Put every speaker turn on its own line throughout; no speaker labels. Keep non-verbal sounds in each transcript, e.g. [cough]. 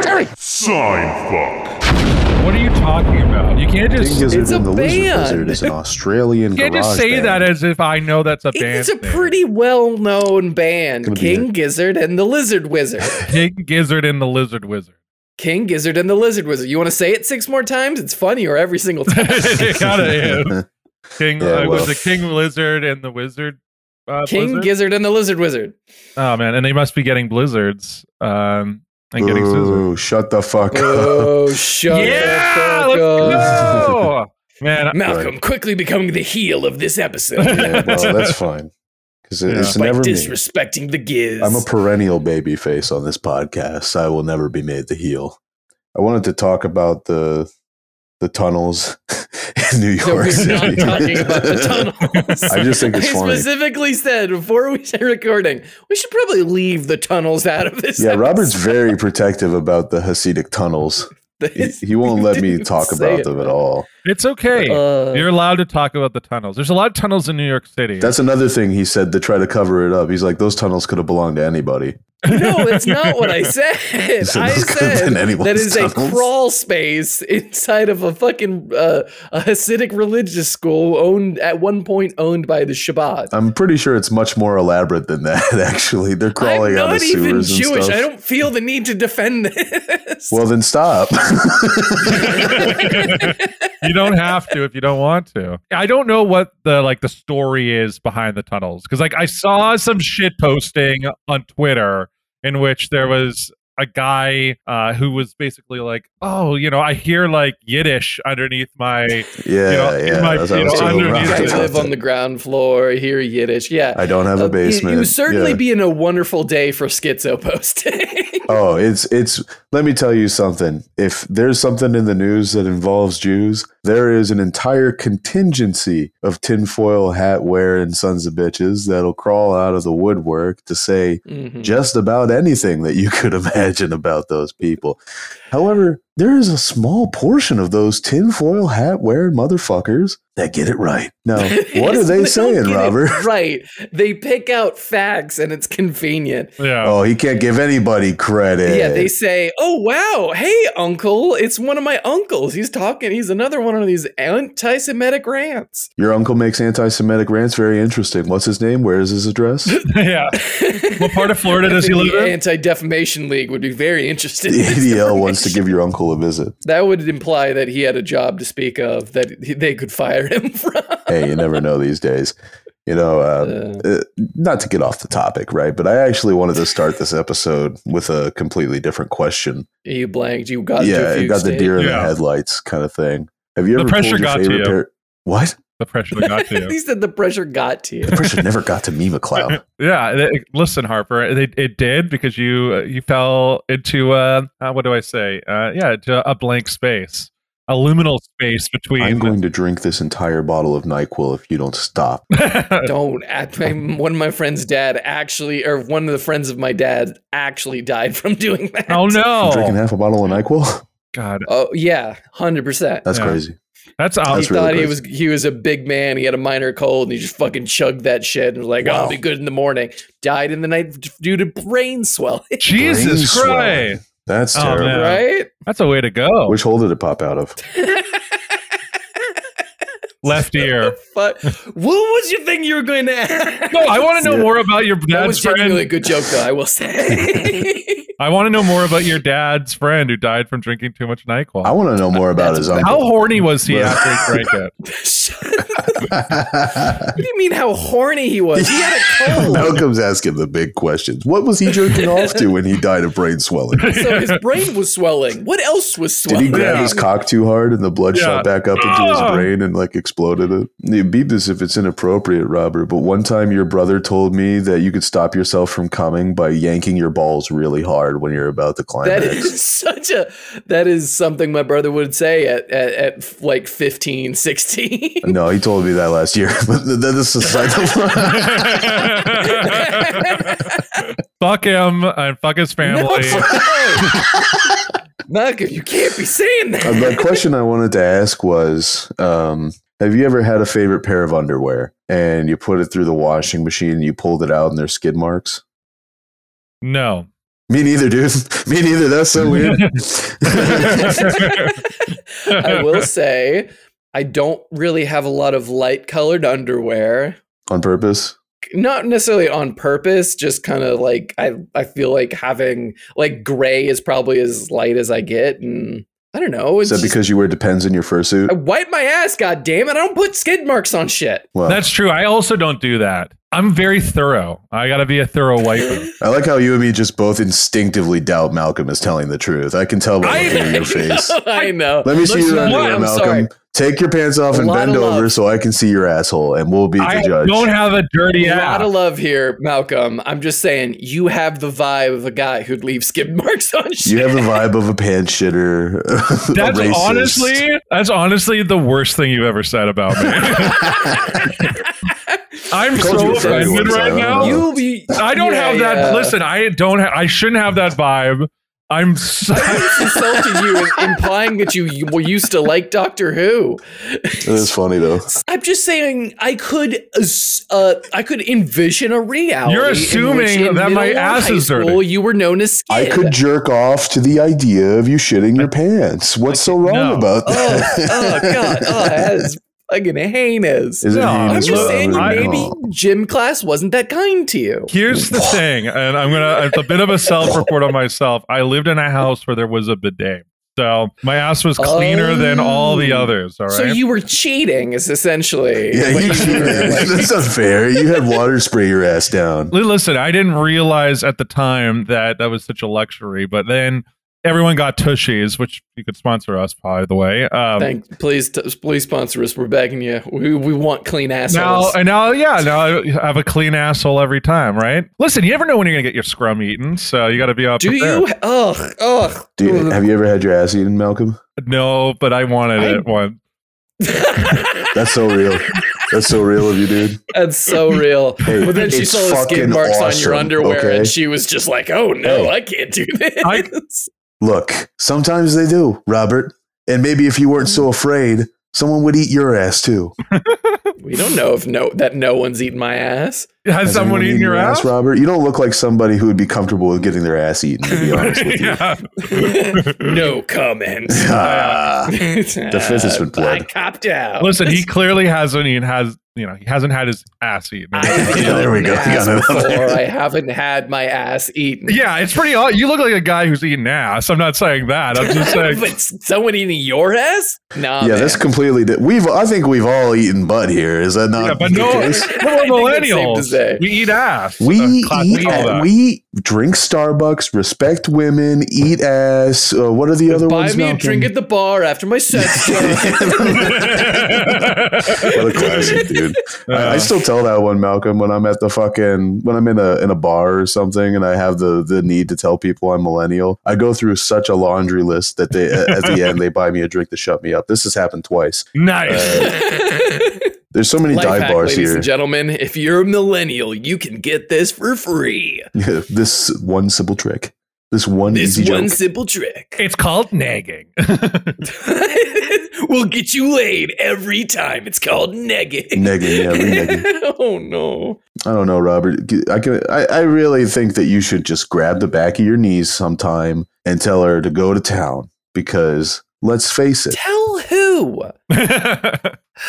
Sorry.
Sign fuck.
What are you talking about? You can't just
King
you
Gizzard
It's a
and the
band.
Lizard Wizard is an Australian
can't
garage
just say
band.
that as if I know that's a band.
It's a
name.
pretty well known band
Gonna be
King Gizzard and the Lizard
[laughs]
Wizard.
King Gizzard and the
[laughs]
Lizard Wizard. [laughs]
King Gizzard and the Lizard Wizard. You want to say it six more times? It's funnier every single
[laughs]
time.
it kinda
[laughs]
is. King
Yeah,
uh, it
well.
was the King Lizard and the Wizard. Uh,
King
Blizzard?
Gizzard and the Lizard
[laughs]
Wizard.
Oh man, and they must be getting blizzards um, and getting scissors.
Ooh, shut the
[laughs]
fuck up.
Oh, shut
yeah,
the fuck
let's
up.
go, man.
Malcolm quickly becoming the heel of this episode
[laughs] yeah, well, that's fine. Because
Yeah.
it's
by
never me.
disrespecting the Giz.
I'm a
[laughs]
perennial baby face on this podcast. I will never be made the heel. I wanted to talk about the the tunnels [laughs] in New
no,
York
we're
City.
not talking about
[laughs]
the tunnels.
I just think it's
I
funny.
specifically said before we started recording, we should probably leave the tunnels out of this.
Yeah, Robert's
episode.
very protective about the Hasidic tunnels. He, he
[laughs]
won't
You
let me
didn't
talk
say
about
it.
them at all.
It's okay.
Uh,
You're allowed to talk about the tunnels. There's a lot of tunnels in New York City.
That's another thing he said to try to cover it up. He's like, those tunnels could have belonged to anybody.
[laughs]
[laughs]
no, it's not what I said.
said
I
those could've
said
been [laughs]
that
anyone's
is a
tunnels.
crawl space inside of a fucking uh, a Hasidic religious school owned at one point owned by the Shabbat.
I'm pretty sure it's much more elaborate than that. [laughs] Actually, they're crawling
I'm
out of
not
sewers
even
and
Jewish.
stuff.
I don't feel the need to defend this.
well,
[laughs]
then stop. [laughs]
[laughs] you don't have to if you don't want to. I don't know what the like the story is behind the tunnels because like I saw some shit posting on Twitter in which there was a guy uh, who was basically like, "Oh, you know, I hear like Yiddish underneath my."
Yeah,
You know, it
yeah.
might-
that's
you
how I was
know,
thinking
underneath
about
I
it.
it.
live on the ground floor, hear Yiddish. Yeah.
I don't have
Uh,
a
you-
basement.
You, certainly
Yeah.
be in a wonderful day for schizo posting. [laughs]
Oh, it's it's. Let me tell you something. If there's something in the news that involves Jews, there is an entire contingency of tinfoil hat wear and sons of bitches that'll crawl out of the woodwork to say
Mhm.
just about anything that you [laughs] could imagine about those people. However, there is a small portion of those tinfoil hat wearing motherfuckers that get it right.
[laughs]
Now, Oh, what are they
don't
saying,
get it
Robert?
[laughs] Right. They pick out facts and it's convenient.
Yeah.
Oh, he can't give anybody credit.
Yeah, they say, "Oh wow, hey uncle, it's one of my uncles. He's talking. He's another one of these anti-Semitic
[laughs]
rants." [laughs]
Your uncle makes anti-Semitic rants very interesting. What's his name? Where is
[laughs]
his address?
[laughs]
[laughs]
yeah. What part of Florida does he
The
live in?
Anti-Defamation League would be very interested. [laughs]
The
in this
ADL E wants to
information.
give your uncle a visit.
That would imply that he had a job to speak of that he- they could fire him [laughs] from.
Hey, you never know these days. You know, uh,
Uh,
uh, not to get off the topic, right? But I actually wanted to start this episode with a completely different question.
you blanked. You got
yeah,
Into
it got the deer in
Yeah.
the headlights kind of thing. Have you
The
ever
pressure
pulled your
got to
favorite
you.
pair? What?
The pressure got to
[laughs]
you.
[laughs] he said the pressure got to you. [laughs]
The pressure never got to
[laughs]
me, McLeod.
Yeah, th- listen, Harper, it, it did because you uh, you fell into uh, uh, what do I say? Uh, yeah, to a blank space, a liminal space
I'm
between.
going to drink this entire bottle of Nyquil if you don't stop.
Don't. act- my- One of my friend's dad actually, or one of the friends of my dad actually died from doing that.
[laughs] oh
I'm drinking
no!
half a bottle of Nyquil. [laughs]
God,
Oh yeah, hundred percent.
That's
Yeah.
crazy.
that's
He
awesome.
That's really
thought he was
crazy.
he was a big man. He had a minor cold, and he just fucking chugged that shit and was like, "I'll
Wow.
be good in the morning." Died in the night d- due to brain swelling.
Brain
Jesus
swelling.
Christ,
That's
Oh,
terrible.
man. Yeah.
Right?
that's a way to
Oh.
go.
Which hole did it pop out of?
Left
[laughs]
ear. [laughs]
But what was your thing you were going to ask?
No, I want to know
Yeah.
more about your
That was
dad's friend.
genuinely a good joke, though. I will
[laughs]
say. [laughs]
I want to know more about your dad's friend who died from drinking too much Nyquil.
I want to know more about
That's
his
bad.
How
uncle.
horny was he
Well-
after he drank it?
[laughs]
What do you mean how horny he was? He had a cold.
Malcolm's asking the big questions. What was he jerking off to when he died of brain swelling?
[laughs] So his brain was swelling. What else was
Did
swelling?
he grab
Yeah.
his cock too hard and the blood shot back up into his
Ah.
brain and like exploded it? You beep this if it's inappropriate, Robert. But one time your brother told me that you could stop yourself from coming by yanking your balls really hard when you're about to
that
climax.
is [laughs] such a that is something my brother would say at at, at like 15 16
no, he told me that last year. [laughs] But th- th- this is a cycle.
[laughs]
[laughs]
[laughs] fuck him and fuck his
[laughs]
family.
Malcolm, you can't be saying that
Uh, the question I wanted to ask was um, Have you ever had a favorite pair of underwear and you put it through the washing machine and you pulled it out and there's skid marks?
No.
Me neither, dude. [laughs] Me neither. That's so
[laughs]
weird. [laughs]
I will say, I don't really have a lot of light colored underwear.
On purpose.
Not necessarily on purpose, just kind of like I, I feel like having like gray is probably as light as I get, and I don't know.
Is
It's
that
just-
because you wear depends in your fursuit?
I wipe my ass, god damn it! I don't put skid marks on shit.
[laughs]
Well,
That's true. I also don't do that. I'm very thorough. I gotta be a thorough wiper.
I like how you and me just both instinctively doubt Malcolm is telling the truth. I can tell
[laughs]
by
I,
looking at your face.
I know.
Let me see
Listen,
your
what?
underwear,
I'm
Malcolm.
sorry.
Take your pants off
A
and
lot
bend
of love.
over so I can see your asshole, and we'll be the
I
judge.
don't have a dirty
A lot
ass.
of love here, Malcolm. I'm just saying, you have the vibe of a guy who'd leave skid marks on shit.
you have the vibe of a pants shitter. [laughs] a
[laughs] That's
racist.
honestly that's honestly the worst thing you've ever said about
[laughs]
me. I'm
Called
so
you a furry
offended
once, I
right
don't
now.
know.
You be.
I don't
Yeah,
have that.
yeah.
Listen, I don't. Ha- I shouldn't have that vibe. I'm. So-
I just insulted you, in- implying that you you were used to like Doctor Who.
It is funny though.
I'm just saying, I could, as- uh, I could envision a reality.
You're
in which
assuming
in
that my
middle or
ass
high
is dirty.
school You were known as
I
skid.
could jerk off to the idea of you shitting your pants. What's so wrong
no.
about
Oh,
that? [laughs]
oh god! Oh, that is fucking heinous.
Is it
No,
heinous,
I'm
It's
just
Rob?
saying,
I don't
maybe
know.
gym class wasn't that kind to you.
[laughs]
[laughs]
Here's the thing, and I'm gonna. It's a bit of a self-report on myself. I lived in a house where there was a bidet, so my ass was cleaner than all the
Oh.
others. All right.
So you were cheating, is essentially.
Yeah,
what were, [laughs]
you [laughs]
like-
cheated. That's not fair. You had water spray your ass down.
Li- Listen, I didn't realize at the time that that was such a luxury, but then everyone got tushies, which you could sponsor us, by the way. Um,
Thank, please, t- please sponsor us. We're begging you. We, we want clean
Now
assholes.
and now, yeah, now I have a clean asshole every time, right? Listen, you never know when you're gonna get your scrum eaten, so you got to be up.
Do you? Ugh, ugh.
[laughs] Do you, have you ever had your ass eaten, Malcolm?
No, but I wanted
I-
it one.
That's so real. That's so real of
[laughs]
you, dude.
That's so real.
Hey,
But then she
it's
saw the
fucking
skin marks on your
awesome,
underwear,
okay?
and she was just like, "Oh no,
Hey.
I can't do this." [laughs]
I-
Look, sometimes they do, Robert. And maybe if you weren't
Mm.
so afraid, someone would eat your
[laughs]
ass too.
we don't know if no that no one's eating my ass.
Has, someone eaten your ass?
Robert? You don't look like somebody who would be comfortable with getting their ass eaten,
[laughs]
to be honest with you.
[laughs]
Yeah. [laughs]
no comment. [laughs]
Ah.
the
fifth has been
I
bled.
copped out. [laughs]
Listen, he clearly hasn't even has you know he hasn't had his ass eaten. [laughs]
I've
Yeah, there we
eaten
go. You
ass
got it on there.
before. I haven't had my ass eaten.
yeah, it's pretty. odd. You look like a guy who's eating ass. I'm not saying that.
[laughs]
I'm just saying.
but someone eating your ass? No.
yeah, that's completely. Di- we've. I think we've all eaten butt here. Is that not?
Yeah, but
the
no,
case?
[laughs] we're
I think it's safe to say.
millennials. We eat ass.
We
Uh, class-
eat.
call
a-
that.
we drink Starbucks. Respect women. Eat ass. Uh, what are the other
Buy
ones?
me a
Malcolm?
drink at the bar after my
[laughs]
sex.
what a
[laughs]
[laughs]
classic, dude. I, I
Uh,
still tell that one, Malcolm, when I'm at the fucking when I'm in a in a bar or something, and I have the the need to tell people I'm millennial. I go through such a laundry list that they at the end they buy me a drink to shut me up. This has happened twice.
nice.
There's so many
Life
dive
hack,
bars
ladies
here.
and gentlemen. If you're a millennial, you can get this for free.
Yeah, [laughs] this one simple trick. This one
This
easy
one
joke.
simple trick
it's called nagging. [laughs]
[laughs] will get you laid every time. It's called negging.
Negging, yeah, re-negging.
[laughs] oh no!
I don't know, Robert. I can. I, I really think that you should just grab the back of your knees sometime and tell her to go to town because let's face it.
Tell who?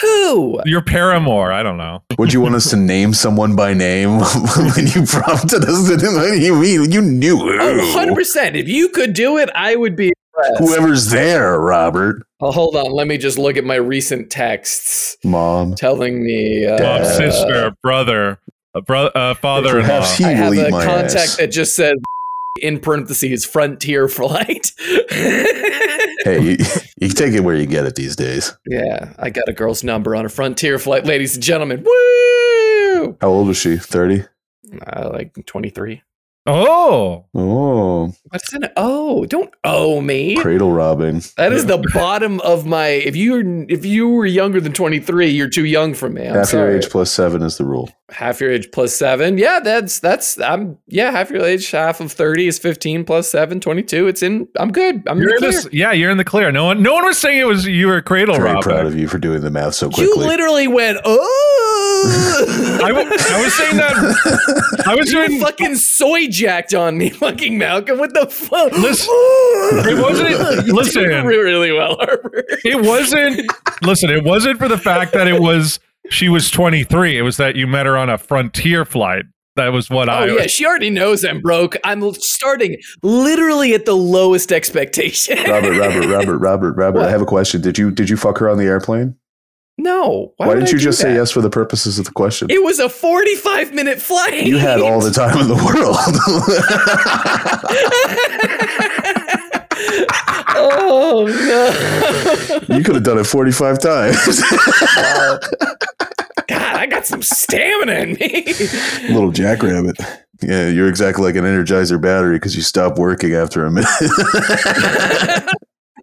Who?
Your paramour. I don't know.
Would you want us to name someone by name [laughs] when you prompted us? To do, what do you mean? You knew
Oh,
who.
100%. If you could do it, I would be impressed.
Whoever's there, Robert.
Oh, hold on. Let me just look at my recent texts
Mom.
telling me. Uh,
Dad.
Mom, sister, brother, uh, bro- uh, father-in-law.
Perhaps he
I have
will
a
eat my
contact
ass.
that just says [laughs] in parentheses frontier flight. [laughs]
Hey, you, you take it where you get it these days.
yeah, I got a girl's number on a frontier flight, ladies and gentlemen. Woo!
How old was she? 30?
Uh, like 23.
Oh,
Oh,
What's an oh? Don't owe me.
cradle robbing.
That is the bottom of my. If you if you were younger than 23, you're too young for me. I'm
Half
sorry.
your age plus seven is the rule.
half your age plus seven. Yeah, that's that's I'm yeah, half your age, half of 30 is 15 plus seven, 22. It's in I'm good. I'm
you're
in
in
the
this. Yeah, you're in the clear. No one, no one was saying it was you were cradle
Very proud
robbing.
of you for doing the math so
clear. Oh, You
quickly.
[laughs] literally went,
[laughs]
oh
I, w- I was saying that. I was
you
[laughs] doing.
fucking soy jacked on me, [laughs] fucking Malcolm. What the fuck?
Listen-
it [laughs]
wasn't- listen.
really well, Harper.
It wasn't. listen, it wasn't for the fact that it was she was 23. It was that you met her on a frontier flight. That was what
Oh
I.
yeah, she already knows I'm broke. I'm starting literally at the lowest expectation.
[laughs] Robert, Robert, Robert, Robert, Robert. I
What?
have a question. Did you did you fuck her on the airplane?
[laughs] No.
Why,
would
didn't
I
you
do
just say
that?
yes for the purposes of the question?
It was a 45 minute flight. [laughs]
you had all the time in the [laughs] world.
oh no. [laughs]
you could have done it forty five times.
God, I got some stamina in me. [laughs]
Little jackrabbit. Yeah, you're exactly like an Energizer battery because you stop working after a minute. [laughs]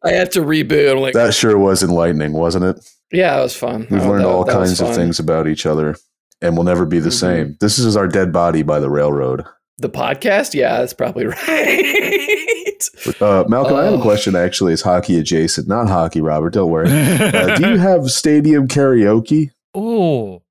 I had to reboot. I'm like,
that sure was enlightening, wasn't it?
yeah, it was fun.
We've
Oh,
learned
that-
all
that was
kinds of
fun.
things about each other, and we'll never be the
Mhm.
same. This is our dead body by the railroad.
The podcast? Yeah, that's probably [laughs] right.
Uh, Malcolm, I have a
Oh.
question. Actually, it's hockey adjacent, not hockey. Robert, don't
[laughs]
worry. Uh, do you
yeah.
have stadium karaoke?
[laughs] oh.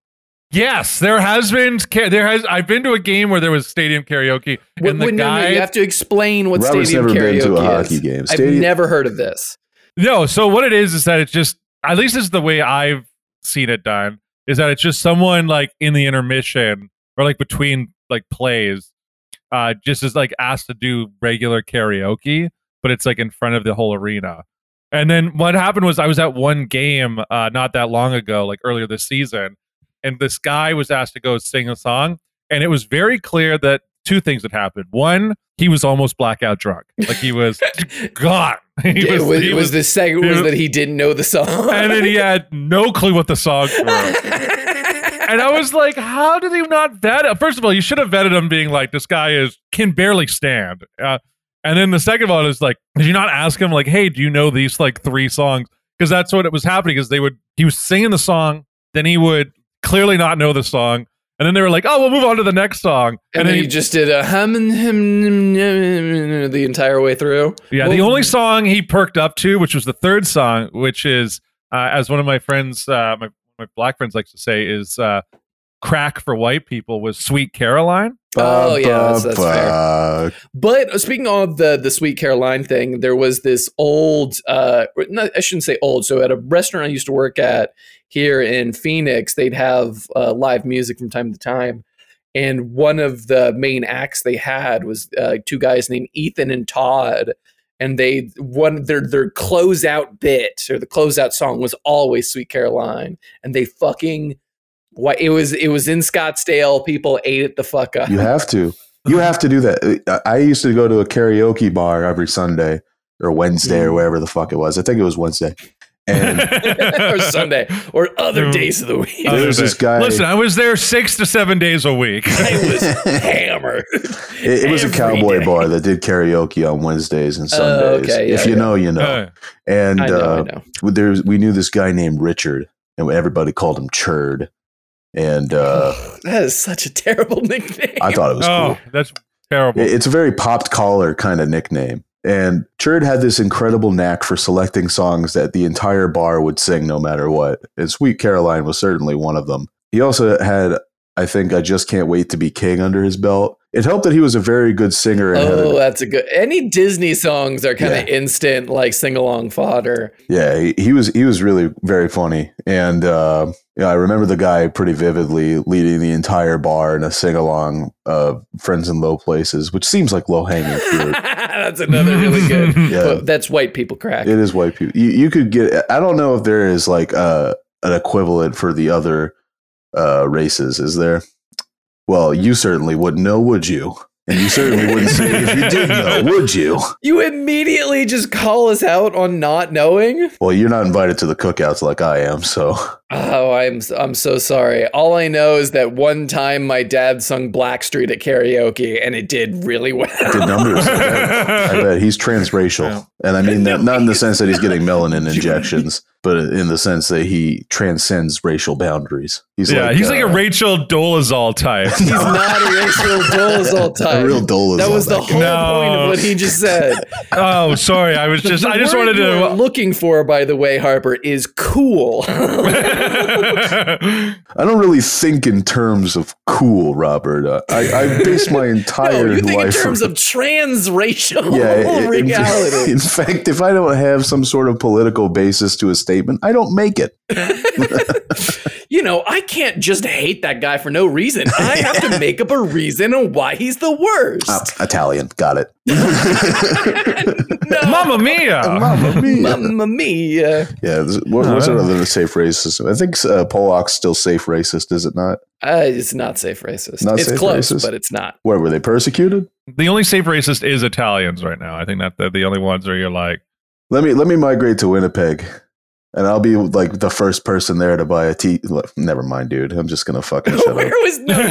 Yes, there has been ca- there has I've been to a game where there was stadium karaoke
Wait,
and the
wait, no, no,
guy
you have to explain what
Robert's
stadium
never
karaoke
been to a hockey
is.
game.
I've
Stadium,
never heard of this.
No, so what it is is that it's just at least it's the way I've seen it done is that it's just someone like in the intermission or like between like plays, uh, just is like asked to do regular karaoke, but it's like in front of the whole arena. And then what happened was I was at one game uh, not that long ago, like earlier this season, and this guy was asked to go sing a song, and it was very clear that two things had happened. One, he was almost blackout drunk, like
[laughs]
he was gone. He
It was,
he
it was the second was
he-
that he didn't know the song.
and then
[laughs]
he had no clue what the songs were. And I was like, how did he not vet? It? First of all, you should have vetted him being like, this guy is can barely stand. Uh, and then the second one is like, did you not ask him like, hey, do you know these like three songs? Because that's what it was happening. Is they would he was singing the song, then he would clearly not know the song, and then they were like, oh, we'll move on to the next song.
And, then, he just did a hum and hum num, num, num, the entire way through.
Yeah, the
Well-
only song he perked up to, which was the third song, which is uh, as one of my friends, uh, my my black friends likes to say, is uh, crack for white people was "Sweet
[laughs]
Caroline."
Oh, yeah, that's- that's fair.
Ba-ba-ba.
But uh, speaking of the the Sweet Caroline thing, there was this old. Uh, no, I shouldn't say old. So at a restaurant I used to work at here in Phoenix, they'd have uh, live music from time to time, and one of the main acts they had was uh, two guys named Ethan and Todd. And they one their their closeout bit or the closeout song was always "Sweet Caroline," and they fucking what it was it was in Scottsdale. People ate it the fuck up.
You have to. You have to do that. Uh, I- I used to go to a karaoke bar every Sunday or Wednesday or
Mhm.
wherever the fuck it was. I think it was Wednesday. And
[laughs] or Sunday or other days of the week.
Other
There's this
day.
guy-
Listen, I was there six to seven days a week.
[laughs] I
[laughs]
was hammered.
it, it was a
Every
cowboy
day. Oh,
bar that did karaoke on Wednesdays and Sundays.
okay, yeah,
if you
yeah.
know, you know.
Uh,
and
I know,
uh,
I know.
there's we knew this guy named Richard, and everybody called him Churd.
[laughs]
And uh,
[sighs] that is such a terrible [laughs] nickname.
I thought it was cool.
oh, that's terrible.
It- It's a very popped collar kind of nickname. And Churd had this incredible knack for selecting songs that the entire bar would sing no matter what. And Sweet Caroline was certainly one of them. He also had, I think, I Just Can't Wait to Be King under his belt. It helped that he was a very good singer and had a-
Oh, that's a good. Any Disney songs are kind of instant, like sing along
[laughs]
fodder.
Yeah, he, he was he was really very funny, and uh, yeah, I remember the guy pretty vividly leading the entire bar in a sing along of "Friends in Low Places," which seems like low hanging
[laughs]
fruit.
that's another really
[laughs]
good.
[laughs] Yeah.
But that's white people crack.
It is white people. You, you could get. I don't know if there is like uh, an equivalent for the other uh, races. Is there? Well, you certainly wouldn't know, would you? And you certainly wouldn't say it if you
[laughs]
did know, would you?
You immediately just call us out on not knowing.
Well, you're not invited to the cookouts like I am, so [laughs]
Oh, I'm I'm so sorry. All I know is that one time my dad sung Blackstreet at karaoke, and it did really well.
the numbers. are better. I bet he's transracial,
Yeah.
and I mean that not in the
[laughs]
sense that he's getting melanin
Dude.
injections, but in the sense that he transcends racial boundaries. He's
yeah,
like,
he's like
uh,
a Rachel Dolezal
[laughs]
type.
No.
He's not a racial Dolezal type.
a real Dolezal.
that was the
guy.
whole point
No.
of what he just said.
oh, sorry, I was
The-
[laughs] just
the
I just
word
wanted
you were
[laughs] to.
looking for, by the way, Harper, is cool. [laughs]
I don't really think in terms of cool, Robert. Uh, I, I base
[laughs]
my entire
no, you think in
life
terms of
[laughs]
transracial [laughs]
in- in-
reality.
[laughs] in fact, if I don't have some sort of political basis to a statement, I don't make it.
you know, I can't just hate that guy for no reason.
[laughs]
I have to make up a reason on why he's the worst.
Ah, Italian, got it.
[laughs]
[laughs]
no,
Mamma mia!
Mamma Ah. mia.
Oh. mamma mia.
Yeah, this- what,
No,
what's
I don't-
another safe racist? I think uh, Pollock's still safe racist, is it not?
Uh, it's not safe racist.
Not
it's
safe
close,
racist?
but it's not.
Where were they persecuted?
The only safe racist is Italians right now. I think that they're the only ones where you're like,
Let me let me migrate to Winnipeg, and I'll be like the first person there to buy a tea. look, Never mind, dude. I'm just gonna fucking
[laughs]
shut
where
up.
was no? I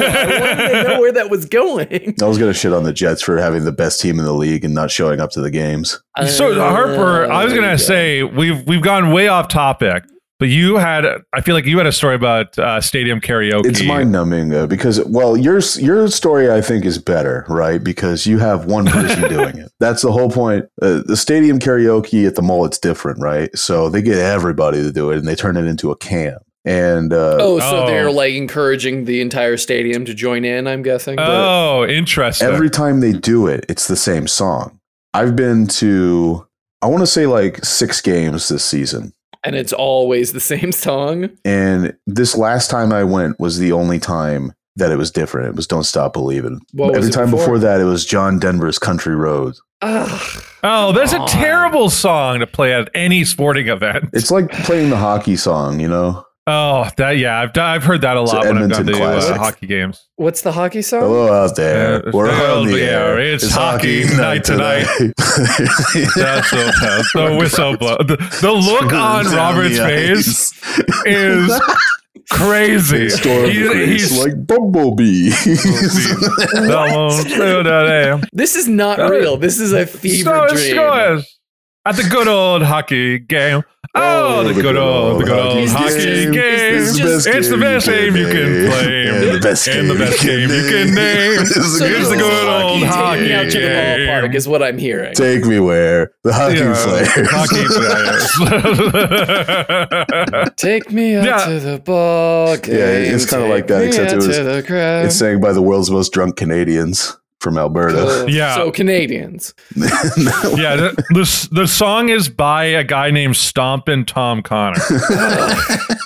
wanted to know where that was
[laughs]
going.
I was gonna shit on the Jets for having the best team in the league and not showing up to the games.
So Harper, I was
Uh,
gonna say we've we've gone way off topic, but you had I feel like you had a story about uh, stadium karaoke.
It's mind numbing though, because well, your your story I think is better, right? Because you have one person doing it. That's the whole point. Uh, the stadium karaoke at the mall, it's different, right? So they get everybody to do it, and they turn it into a camp. And uh,
Oh, so
Oh.
they're like encouraging the entire stadium to join in. I'm guessing.
Oh, interesting.
every time they do it, it's the same song. I've been to, I want to say like six games this season.
and it's always the same song.
And this last time I went was the only time that it was different. It was Don't Stop Believing.
What was
Every
it
time before?
before?
that, it was John Denver's Country Road.
Ugh.
oh, that's a
God.
terrible song to play at any sporting event.
It's like playing the hockey song, you know?
oh, that yeah, I've done, I've heard that a
It's
lot
an
when I've gone
Edmonton
to uh,
classic.
hockey
[laughs]
games.
What's the hockey song?
Hello out there.
Yeah,
We're
it's
on the air.
It's hockey night
[laughs]
That's so tough. The whistle blow. The, the look on
Down
Robert's
the
face
[laughs] ice.
is crazy.
Storm
He's-
crease
he's-
like bumblebee.
This is not
That
real. This is a fever
Scores,
dream.
scores. At the good old hockey game. Oh, the, good old, the good old hockey game.
It's
It's,
just-
the best game you can play.
[laughs] And the best game,
And the best game you can name.
[laughs] It's
So this
Here's the
is
good old
taking
hockey
out to the
game.
ballpark is what I'm hearing.
Take me where the hockey
Yeah,
players. [laughs]
hockey
[laughs]
players. [laughs]
Take me out
Yeah.
to the ball game.
Yeah, it's kinda
Take
like that,
me
except it
out
was-
to the crowd.
It's sang by the world's most drunk Canadians from Alberta.
Cool.
Yeah.
So Canadians.
[laughs]
yeah, the, the s- the song is by a guy named Stompin' Tom Connor.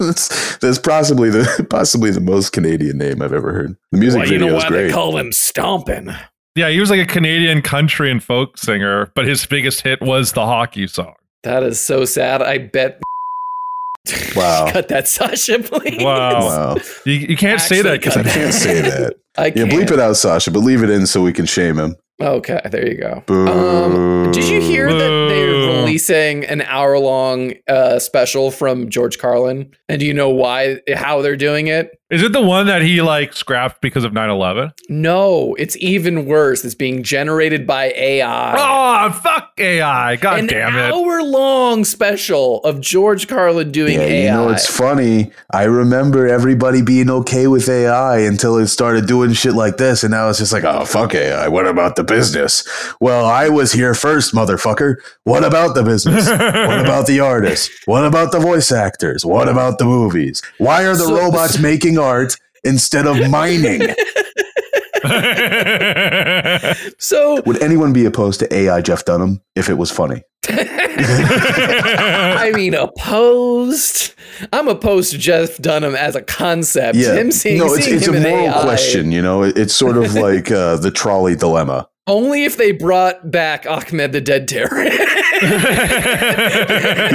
that's, that's possibly the possibly the most Canadian name I've ever heard. The music
Well, you
video
know
is
why they
great.
call him Stompin'.
Yeah, he was like a Canadian country and folk singer, but his biggest hit was the hockey song.
That is so sad. I bet. [laughs]
Wow.
Cut that, Sasha, please.
Wow. [laughs]
wow,
You, you can't say
Actually,
that because
I can't
[laughs]
say that.
I
Yeah,
can't.
bleep it out, Sasha, but leave it in so we can shame him.
Okay, there you go.
Boo.
Um, did you hear that they're
Boo.
releasing an hour long uh, special from George Carlin? And do you know why, how they're doing it?
[laughs] Is it the one that he like scrapped because of 9 11?
No, it's even worse. It's being generated by AI.
Oh, fuck AI. God
an
damn it.
hour long special of George Carlin doing
Yeah,
AI.
you know it's funny. I remember everybody being okay with AI until it started doing shit like this, and now it's just like, oh fuck AI. What about the business? Well, I was here first, motherfucker. What about
[laughs]
the business? what about the artists? What about the voice actors? What about the movies? Why are the
So- [laughs]
robots making art instead of mining?
[laughs]
so
Would anyone be opposed to AI Jeff Dunham if it was funny?
I mean, opposed. I'm opposed to Jeff Dunham as a concept. Him seeing,
no, it's,
seeing
it's a
him in
moral
AI.
question. You know, It- it's sort
[laughs]
of like uh, the trolley dilemma.
Only if they brought back Ahmed the Dead
[laughs]
Terror.
He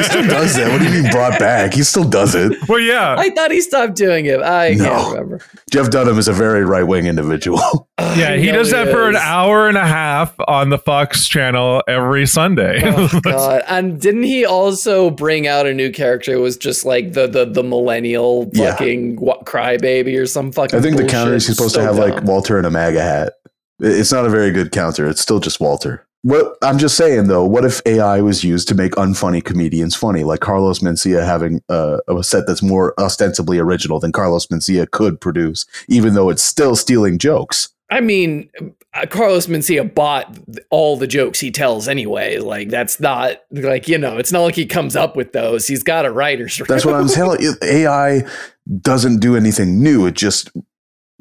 still does that. What do you mean brought back? He still does it.
well, yeah.
I thought he stopped doing it. I
No.
can't remember.
Jeff Dunham is a very right wing individual. [laughs]
Ugh,
Yeah,
I
he
know
does that for an
is.
hour and a half on the Fox channel every Sunday. [laughs]
Oh, God. And didn't he also bring out a new character? It was just like the the, the millennial
Yeah.
fucking wa- crybaby or some fucking.
I think the
bullshit.
counter is he's supposed
So
to have like
dumb.
Walter in a MAGA hat. It- It's not a very good counter. It's still just Walter. What I'm just saying though, what if AI was used to make unfunny comedians funny, like Carlos Mencia having uh, a set that's more ostensibly original than Carlos Mencia could produce, even though it's still stealing jokes.
I mean, uh, Carlos Mencia bought th- all the jokes he tells anyway. Like that's not like you know, it's not like he comes up with those. He's got a writer's room.
That's what I'm telling you. AI doesn't do anything new; it just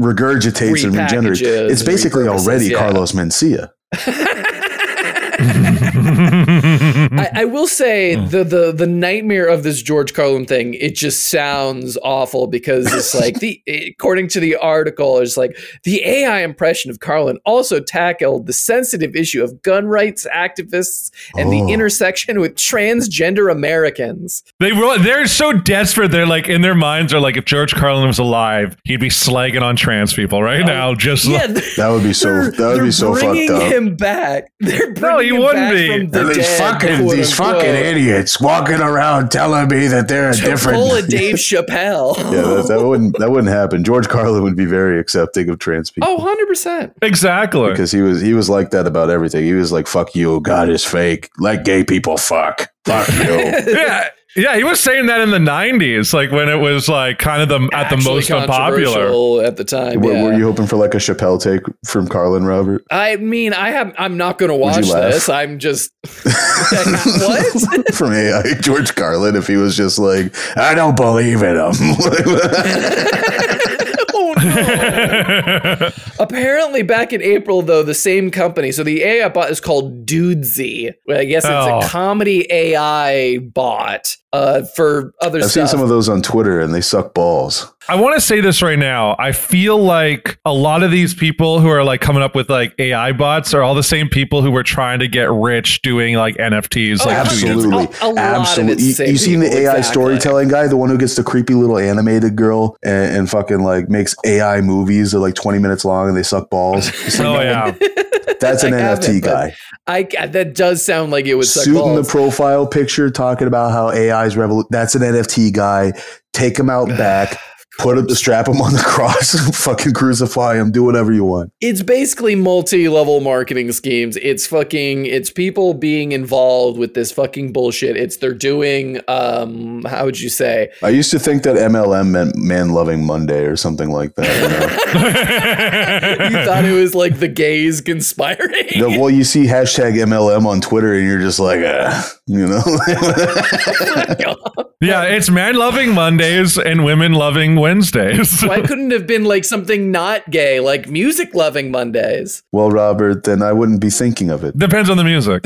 regurgitates and regenerates.
Repackages
It's
and
basically
repurposes,
already
yeah.
Carlos Mencia.
[laughs] I, I will say the the the nightmare of this George Carlin thing. It just sounds awful because it's like the according to the article, it's like the AI impression of Carlin also tackled the sensitive issue of gun rights activists and
Oh.
the intersection with transgender Americans.
They were, they're so desperate. They're like in their minds are like if George Carlin was alive, he'd be slagging on trans people
Oh,
right now. Just like,
That would be so.
they're-
That would
they're
be so
bringing
fucked up.
him back. [laughs] They're bringing
No, he
him
wouldn't
back
be.
From the
And
dead,
these fucking
quote
these fucking
unquote.
idiots walking around telling me that they're a
To
different.
Pull
[laughs]
a Dave Chappelle.
yeah, that,
[laughs]
that wouldn't that wouldn't happen. George Carlin would be very accepting of trans people.
Oh, 100 percent.
exactly.
because he was he was like that about everything. He was like, "Fuck you, God is fake. Let gay people fuck. Fuck you."
[laughs]
yeah, yeah, he was saying that in the '90s, like when it was like kind of the at the
Actually
most unpopular.
controversial at the time.
Were-
yeah.
Were you hoping for like a Chappelle take from Carlin Robert?
I mean, I have. I'm not going to
you
watch
laugh?
this. I'm
[laughs]
just what? [laughs]
from [laughs] AI George Carlin if he was just like, "I don't believe in [laughs] him."
oh
[laughs]
no. Apparently, back in April, though, the same company. So the AI bot is called Dudesy. Well, I guess it's
Oh.
a comedy AI bot uh, for other
I've seen
stuff.
some of those on Twitter and they suck balls.
I want to say this right now. I feel like a lot of these people who are like coming up with like AI bots are all the same people who were trying to get rich doing like NFTs.
Oh,
like,
yeah.
two years
Absolute.
Absolutely,
A- a lot of
absolutely.
it's
You,
the same
you seen the
people,
AI
exactly.
storytelling guy, the one who gets the creepy little animated girl and, and fucking like makes AI movies that are like twenty minutes long and they suck
[laughs]
balls.
Oh yeah,
That's an
I haven't,
NFT
but
guy.
I that does sound like it would suck
Suit in the
balls.
profile picture, talking about how AI's revolu- That's an NFT guy. Take
[sighs]
him out back. Put him, strap him on the [laughs] cross, and fucking crucify him. Do whatever you want.
it's basically multi-level marketing schemes. It's fucking it's people being involved with this fucking bullshit. It's they're doing um how would you say?
I used to think that MLM meant man loving Monday or something like that. [laughs]
You thought it was like the gays conspiring.
You
[laughs]
know? The- well, you see hashtag MLM on Twitter, and you're just like, uh, you know,
[laughs]
[laughs]
yeah. It's man loving Mondays and women loving Wednesdays.
Why couldn't it have been like something not gay, like music loving Mondays?
well, Robert, then I wouldn't be thinking of it.
[laughs] Depends on the music.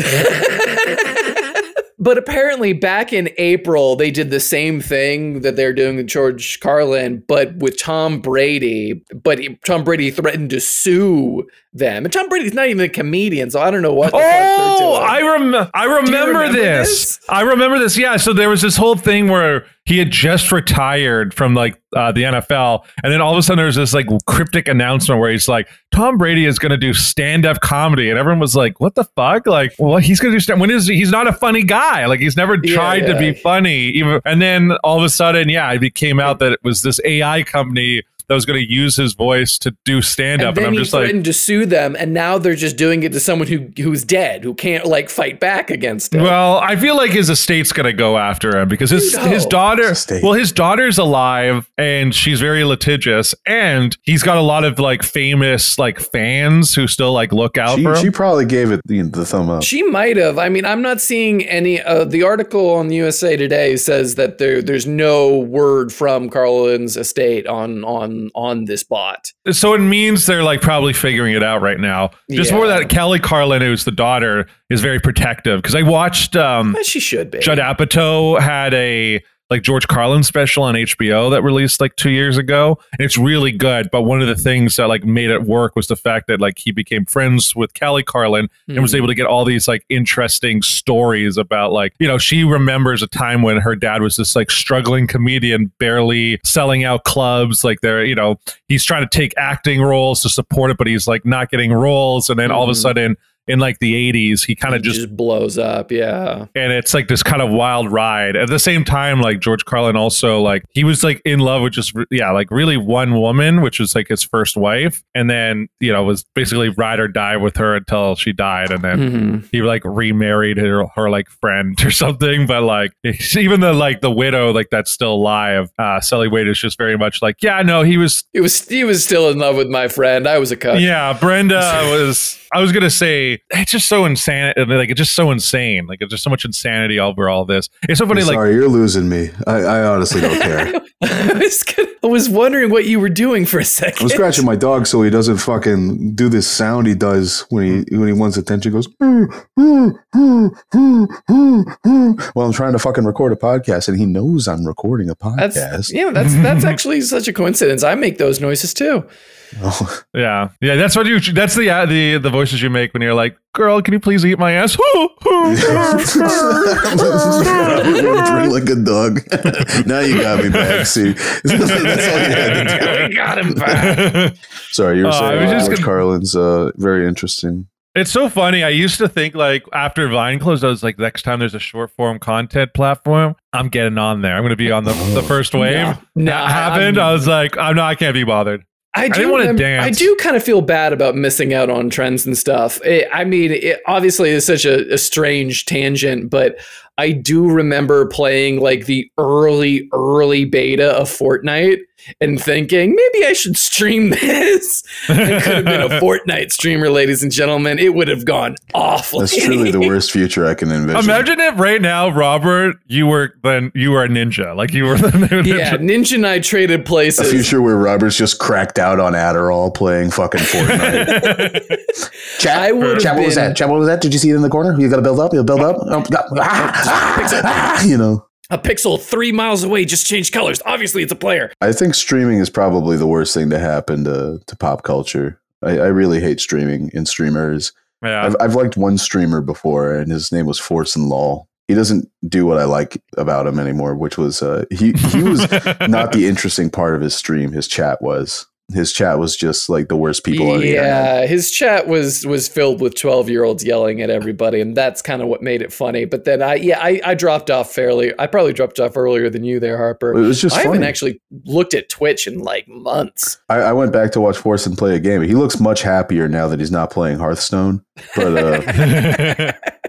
But apparently back in April they did the same thing that they're doing with George Carlin, but with Tom Brady. But he- Tom Brady threatened to sue them. And Tom Brady's not even a comedian, so I don't know what the fuck they're
Oh,
doing.
I rem- I remember,
remember
this.
this?
I remember this. Yeah, so there was this whole thing where he had just retired from like uh, the NFL, and then all of a sudden there was this like cryptic announcement where he's like, "Tom Brady is going to do stand-up comedy," and everyone was like, "What the fuck? Like, well, he's going to do stand? When is he? he's not a funny guy? Like, he's never
Yeah,
tried to
yeah.
be funny." Even and then all of a sudden, yeah, it came out that it was this AI company that was going to use his voice to do
and
stand-up, and,
then
I'm
he
just like.
threatened to sue them, and now they're just doing it to someone who who's dead, who can't like fight back against it.
Well, I feel like his estate's gonna go after him because his
Dude,
his
no.
daughter.
Estate.
Well, his daughter's alive and she's very litigious, and he's got a lot of like famous like fans who still like look out
She,
for him.
she probably gave it the, the thumb up.
She might have. I mean, I'm not seeing any. Uh, the article on USA Today says that there there's no word from Carlin's estate on on on this bot.
so it means they're like probably figuring it out right now. Just more
Yeah.
that Kelly Carlin, who's the daughter, is very protective because I watched um,
But she should be.
Judd Apatow had a like George Carlin special on HBO that released like two years ago, and it's really good. But one of the things that like made it work was the fact that like he became friends with Kelly Carlin and
Hmm.
was able to get all these like interesting stories about like you know she remembers a time when her dad was this like struggling comedian, barely selling out clubs. Like they're you know he's trying to take acting roles to support it, but he's like not getting roles, and then all of a
Mhm.
sudden in like the 80s he kind of just
blows up. Yeah.
and it's like this kind of wild ride at the same time like george carlin also like he was like in love with just re- yeah like really one woman which was like his first wife and then you know was basically ride or die with her until she died and then
Mhm.
he like remarried her, her like friend [laughs] or something but like [laughs] even the like the widow like that's still alive uh sally wade is just very much like yeah no he was
He was he was still in love with my friend. I was a cuck.
yeah brenda was i was gonna say it's just so insane like it's just so insane like there's so much insanity over all this it's so funny
I'm
like
sorry, you're losing me. I, I honestly don't care.
[laughs] I was gonna- I was wondering what you were doing for a 2nd
[laughs]
I'm scratching my dog so he doesn't fucking do this sound he does when he when he wants attention. He Goes. Well, I'm trying to fucking record a podcast, and he knows I'm recording a podcast.
That's yeah. That's that's actually such a coincidence. I make those noises too.
[laughs] Oh,
Yeah, yeah, that's what you. That's the uh, the the voices you make when you're like, "Girl, can you please eat my ass?" [laughs]
Pretty like a dog. [laughs] now you got me back. See, [laughs] [laughs] that's all you had to do.
got him
Sorry, you were
Oh, I
saying
was
uh,
just
George
gonna-
Carlin's uh, very interesting.
[laughs] it's so funny. I used to think like after Vine closed, I was like, next time there's a short form content platform, I'm getting on there. I'm going to be on the
[laughs]
the first wave.
No,
that happened. I was like, I'm not. I can't be bothered.
I do
didn't wanna
remember-
dance.
I do kind of feel bad about missing out on trends and stuff. I- I mean, it obviously is such a, a strange tangent, but I do remember playing like the early, early beta of Fortnite and thinking maybe I should stream [laughs] this. It could have been
[laughs]
a Fortnite streamer, ladies and gentlemen. It would have gone awful.
That's truly
[laughs]
the worst future I can envision.
Imagine if right now, Robert, you were then you were a ninja, like you were the [laughs] new
yeah,
ninja.
Ninja and I traded
a
places.
future where Robert's just cracked out on Adderall playing fucking Fortnite. [laughs] Chap,
I would've
Chap, what was
been-
that? Chap, what was that? Did you see it in the corner? You got to build up. You build up. Oh, ah, ah, ah, you know.
A pixel three miles away just changed colors. Obviously, it's a player.
I think streaming is probably the worst thing to happen to, to pop culture. I, I really hate streaming and streamers.
[laughs] yeah.
I've, I've liked one streamer before, and his name was Force and Law. He doesn't do what I like about him anymore, which was uh, he he
[laughs]
was not the interesting part of his stream. His chat was his chat was just like the worst people on the internet.
yeah his chat was was filled with 12 year olds yelling at everybody and that's kind of what made it funny but then i yeah I, I dropped off fairly i probably dropped off earlier than you there harper
It was just
i haven't
funny.
actually looked at twitch in like months
I, I went back to watch Force and play a game. He looks much happier now that he's not playing Hearthstone.
[laughs]
But uh,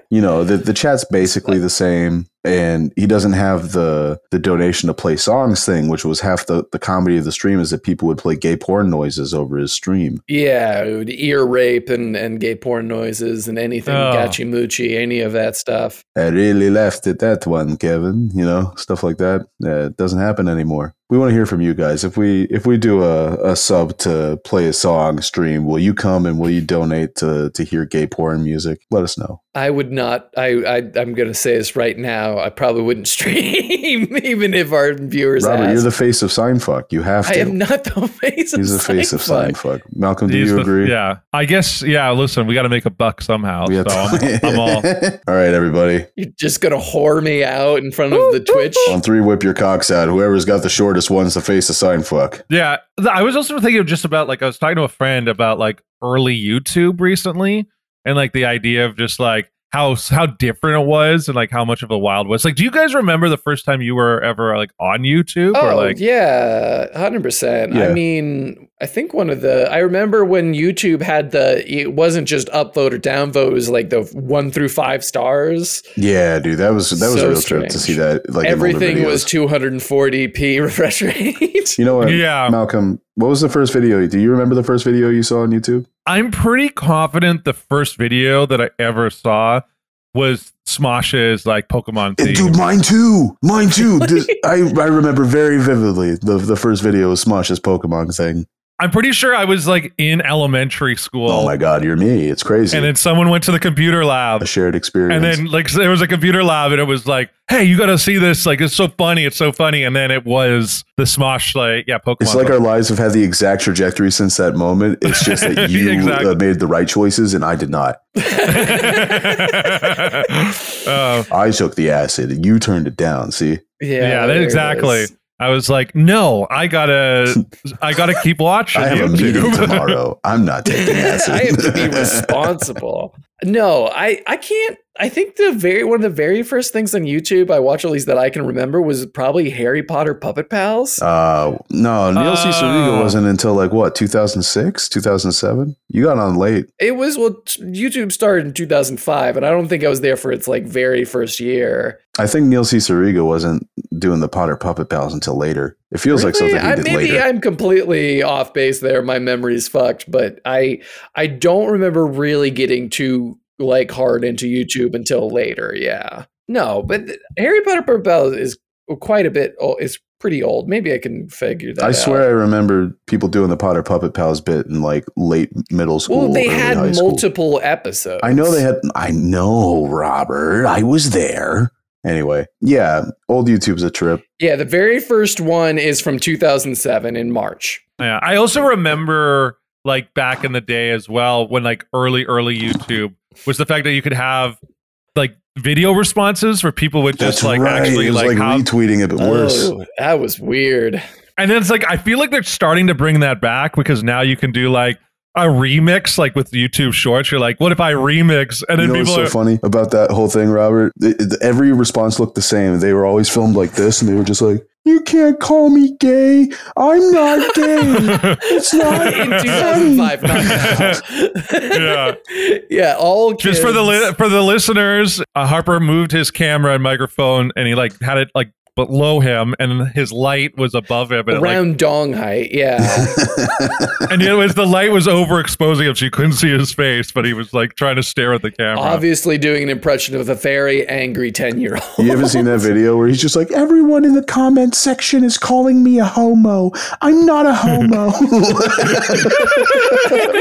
you know, the the chat's basically the same, and he doesn't have the the donation to play songs thing, which was half the the comedy of the stream is that people would play gay porn noises over his stream.
yeah dude, ear rape and and gay porn noises and anything
Oh.
gachimuchi any of that stuff
I really laughed at that one, Kevin. You know, stuff like that. Uh, it doesn't happen anymore. We want to hear from you guys. If we if we do a, a sub to play a song stream, will you come and will you donate to to hear gay porn music? Let us know.
I would not. I, I I'm going to say this right now. I probably wouldn't [laughs] stream, even if our viewers
Robert,
asked.
you're the face of Signfuck. You have
I
to.
am not the [laughs] face of
He's the face of
Seinfeld.
Signfuck. Malcolm, do
He's
you
the-
agree?
Yeah, I guess. Yeah, listen, we got to make a buck somehow.
We
So
have [laughs]
I'm,
to-
I'm all.
all right, everybody.
You're just gonna whore me out in front of the Twitch.
On three, whip your cocks out. Whoever's got the shortest one's the face of Signfuck.
Yeah, Th- I was also thinking just about like I was talking to a friend about like early YouTube recently, and like the idea of just like how how different it was and like how much of a wild west. Like, do you guys remember the first time you were ever like on YouTube or
Oh
like?
yeah, hundred percent. I
Yeah.
mean, I think one of the I remember when YouTube had the it wasn't just upvote or downvote; it was like the one through five stars.
Yeah, dude, that was that was
So
a real trip to
strange.
see that. Like in older
Everything was
videos.
240p [laughs] refresh rate.
You know what?
Yeah.
Malcolm, what was the first video? Do you remember the first video you saw on YouTube?
I'm pretty confident the first video that I ever saw was Smosh's like Pokemon theme.
Dude, mine too. Mine
[laughs]
too. This- I, I remember very vividly the, the first video was Smosh's Pokemon thing.
I'm pretty sure I was like in elementary school.
oh my god, you're me. It's crazy.
And then someone went to the computer lab.
a shared experience.
And then like there was a computer lab and it was like, hey, you gotta see this. Like it's so funny, it's so funny. And then it was the Smosh like yeah, Pokemon. [laughs]
It's like our lives have had the exact trajectory since that moment. It's
[laughs]
just that you
Exactly.
uh, made the right choices and I did not.
Oh,
I took the acid and you turned it down. See,
yeah, that-
there it
exactly.
is. [laughs]
I was like, no, I
[laughs]
gotta I gotta keep watching.
I have
[laughs]
a
YouTube. [laughs]
[laughs] meeting tomorrow. I'm not taking acid.
I have to be responsible. No, I I can't. I think the very one of the very first things on YouTube I watched, at least that I can remember, was probably Harry Potter Puppet Pals.
Uh, no, Neil C. Cerrigo
Oh.
wasn't until like what, 2006, 2007? You got on late.
it was well, t- YouTube started in 2005, and I don't think I was there for its like very first year.
I think Neil C. Cerrigo wasn't doing the Potter Puppet Pals until later. It feels like
Really?
something he
I-
did
maybe
later.
I'm completely off base there. My memory's fucked, but I I don't remember really getting too like hard into YouTube until later. Yeah, no, but th- Harry Potter Puppet Pals is quite a bit. o- It's pretty old. Maybe I can figure that.
I
out.
swear I remember people doing the Potter Puppet Pals bit in like late middle school.
Well, they
early
had
high school.
multiple episodes.
I know they had. I know, Robert. I was there. Anyway, yeah, old YouTube's a trip.
Yeah, the very first one is from 2007 in March.
Yeah, I also remember like back in the day as well when like early early YouTube was the fact that you could have like video responses where people would just like actually
it was
like,
like,
have,
retweeting it, but worse.
Oh, that was weird. [laughs]
and then it's like I feel like they're starting to bring that back because now you can do like a remix like with YouTube Shorts. You're like, what if I remix? And then
You know what's
people
so
are,
funny about that whole thing, Robert? It- it- every response looked the same. They were always filmed like this, and they were just like, "You can't call me gay. I'm not gay.
[laughs]
It's not."
in 2005. not [laughs] now. yeah, all
just for the li-
kids-
for the listeners, uh, Harper moved his camera and microphone, and he like had it like below him, and his light was above him, and it, like,
around dong height.
[laughs]
Yeah,
and it was the light was overexposing him, so you couldn't see his face, but he was like trying to stare at the camera.
obviously doing an impression of a very angry ten year old.
[laughs] you ever
[laughs]
seen that video where he's just like, "Everyone in the comment section is calling me a homo. I'm not
[laughs]
a homo." [laughs]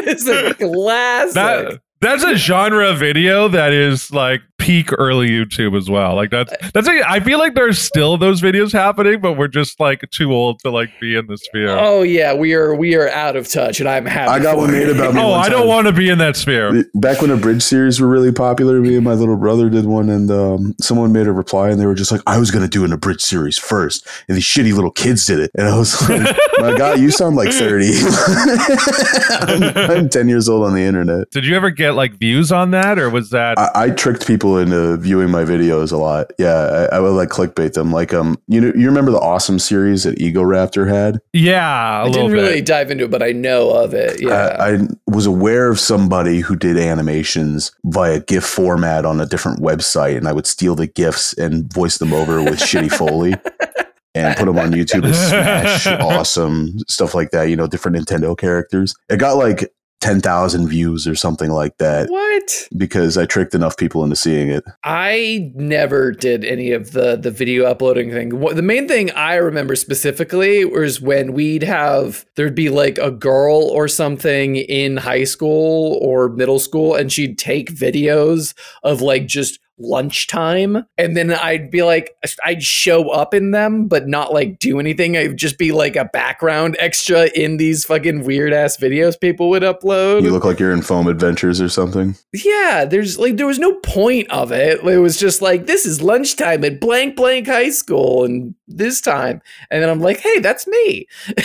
it's a classic.
That that's a genre of video that is like peak early YouTube as well. Like that's
Uh,
that's a, I feel like there's still those videos happening, but we're just like too old to like be in this sphere.
oh yeah, we are we are out of touch, and I'm happy.
I got
for
one
it.
made about me.
oh,
one
I
time.
don't want to be in that sphere.
back when abridged series were really popular me and my little brother did one and um, someone made a reply and they were just like i was going to do an abridged series first and these shitty little kids did it and i was like my god you sound like 30 [laughs] I'm, I'm 10 years old on the internet
Did you ever get like views on that, or was that?
I, I tricked people into viewing my videos a lot yeah I, I would like clickbait them like um you know you remember the awesome series that ego raptor had
yeah,
[laughs]
a
I
little
didn't really
bit.
dive into it, but I know of it. Yeah.
I, I was aware of somebody who did animations via GIF format on a different website, and I would steal the GIFs and voice them over with shitty Foley and put them on YouTube as Smash, awesome stuff like that. You know, different Nintendo characters. It got like ten thousand views or something like that
what?
because I tricked enough people into seeing it.
I never did any of the the video uploading thing. What, the main thing I remember specifically was when we'd have there'd be like a girl or something in high school or middle school, and she'd take videos of like just lunchtime and then I'd be like I'd show up in them but not like do anything I'd just be like a background extra in these fucking weird ass videos people would upload
You look like you're in Foam Adventures or something.
yeah, there's like there was no point of it. It was just like this is lunchtime at blank blank high school and this time. And then I'm like, hey, that's me. [laughs] Why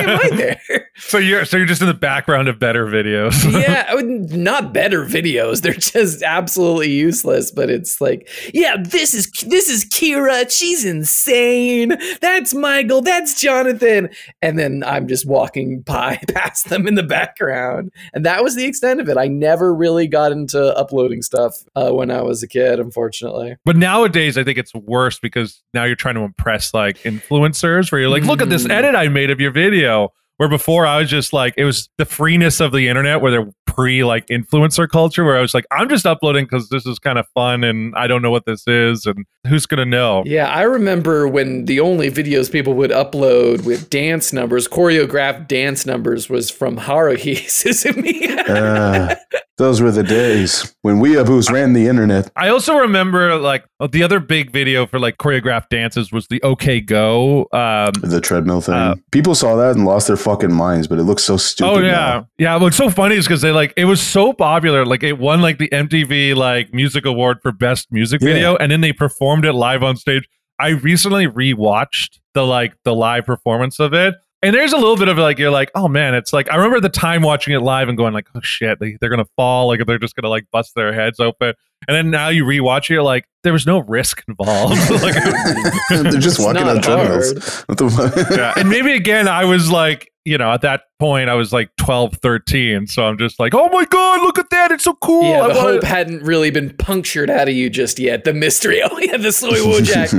am I there?
So you're so you're just in the background of better [laughs] videos.
yeah, I would, not better videos. They're just absolutely useless. But it's like, yeah, this is this is Kira. She's insane. That's Michael. That's Jonathan. And then I'm just walking by [laughs] past them in the background. And that was the extent of it. I never really got into uploading stuff uh, when I was a kid, unfortunately.
But nowadays, I think it's worse because now you're trying to impress like influencers, where you're like, look at this
Mm.
edit I made of your video. Where before I was just like, it was the freeness of the internet, where they're pre like influencer culture, where I was like, I'm just uploading because this is kind of fun and I don't know what this is and who's gonna know.
Yeah, I remember when the only videos people would upload with dance numbers, choreographed dance numbers, was from Haruhi [laughs] Suzumiya.
Uh, those were the days when weeaboos ran the internet.
I also remember like the other big video for like choreographed dances was the OK Go. Um,
The treadmill thing.
Uh,
people saw that and lost their fucking minds, but it looks so stupid.
Oh yeah,
now.
[laughs] yeah. What's so funny is because they like it was so popular, like it won like the MTV like Music Award for Best Music
Yeah.
Video, and then they performed it live on stage. I recently rewatched the like the live performance of it, And there's a little bit of like you're like, oh man, it's like I remember at the time watching it live and going like, oh shit, they, they're gonna fall, like they're just gonna like bust their heads open. And then now you rewatch it, you're like, there was no risk involved. [laughs] like,
[laughs] They're just walking on
not
treadmills. What the fuck?
yeah. And maybe again, I was like, you know, at that point I was like 12, 13. So I'm just like, oh my God, look at that. It's so cool.
Yeah,
I
the
wanna-
hope hadn't really been punctured out of you just yet. The mystery. [laughs] Oh yeah, the soy
[laughs]
wojak.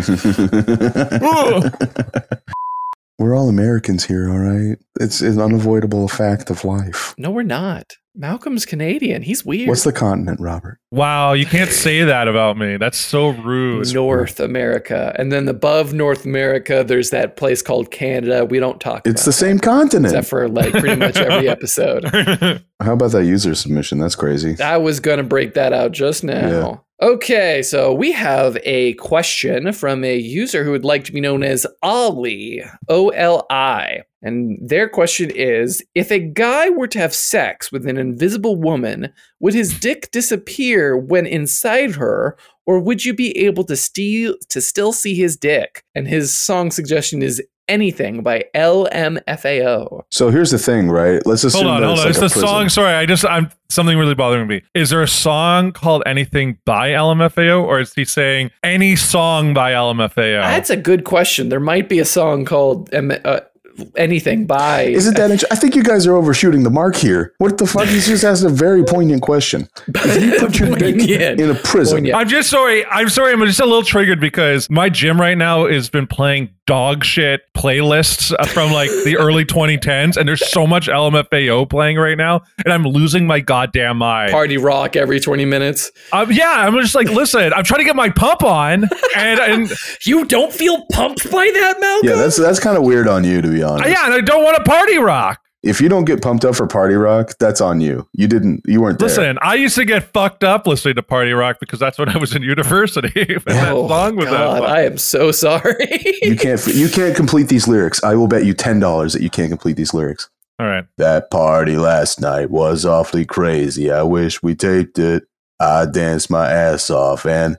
We're all Americans here, all right? It's an unavoidable fact of life.
no, we're not. Malcolm's Canadian. He's weird.
What's the continent, Robert?
wow, you can't say that about me. That's so rude.
North America, and then above North America, there's that place called Canada. We don't talk.
It's the
about
same
that,
continent.
except for like pretty much
[laughs]
every episode.
How about that user submission? That's crazy.
I was going to break that out just now. Okay, so we have a question from a user who would like to be known as Ollie, O L I. And their question is If a guy were to have sex with an invisible woman, would his dick disappear when inside her, or would you be able to, steal, to still see his dick? And his song suggestion is Anything by LMFAO.
So here's the thing, right? Let's
[laughs]
assume
Hold on,
that
hold on.
it's
It's
like
the
a prison.
song. Sorry, I just I'm something really bothering me. Is there a song called anything by LMFAO, or is he saying any song by LMFAO?
That's a good question. There might be a song called um, uh, Anything by.
Isn't that? Int- I think you guys are overshooting the mark here. What the fuck? He's just asked a very poignant question. If
[laughs]
you put your dick
Poignant.
in a prison,
Poignant.
I'm just sorry. I'm sorry. I'm just a little triggered because my gym right now has been playing dog shit playlists uh, from like
[laughs]
the early 2010s, and there's so much LMFAO playing right now, and I'm losing my goddamn mind.
Party rock every 20 minutes.
Um, yeah, I'm just like, listen, I'm trying to get my pump on,
[laughs]
and and
You don't feel pumped by that, Malcolm?
yeah, that's that's kind of weird on you, to be honest.
yeah, and I don't want to party rock.
If you don't get pumped up for party rock, that's on you. You didn't. You weren't there.
Listen, I used to get fucked up listening to party rock because that's when I was in university. [laughs] and that
Oh,
song was out.
God, I am so sorry. [laughs]
You can't. You can't complete these lyrics. I will bet you ten dollars that you can't complete these lyrics.
All right.
That party last night was awfully crazy. I wish we taped it. I danced my ass off and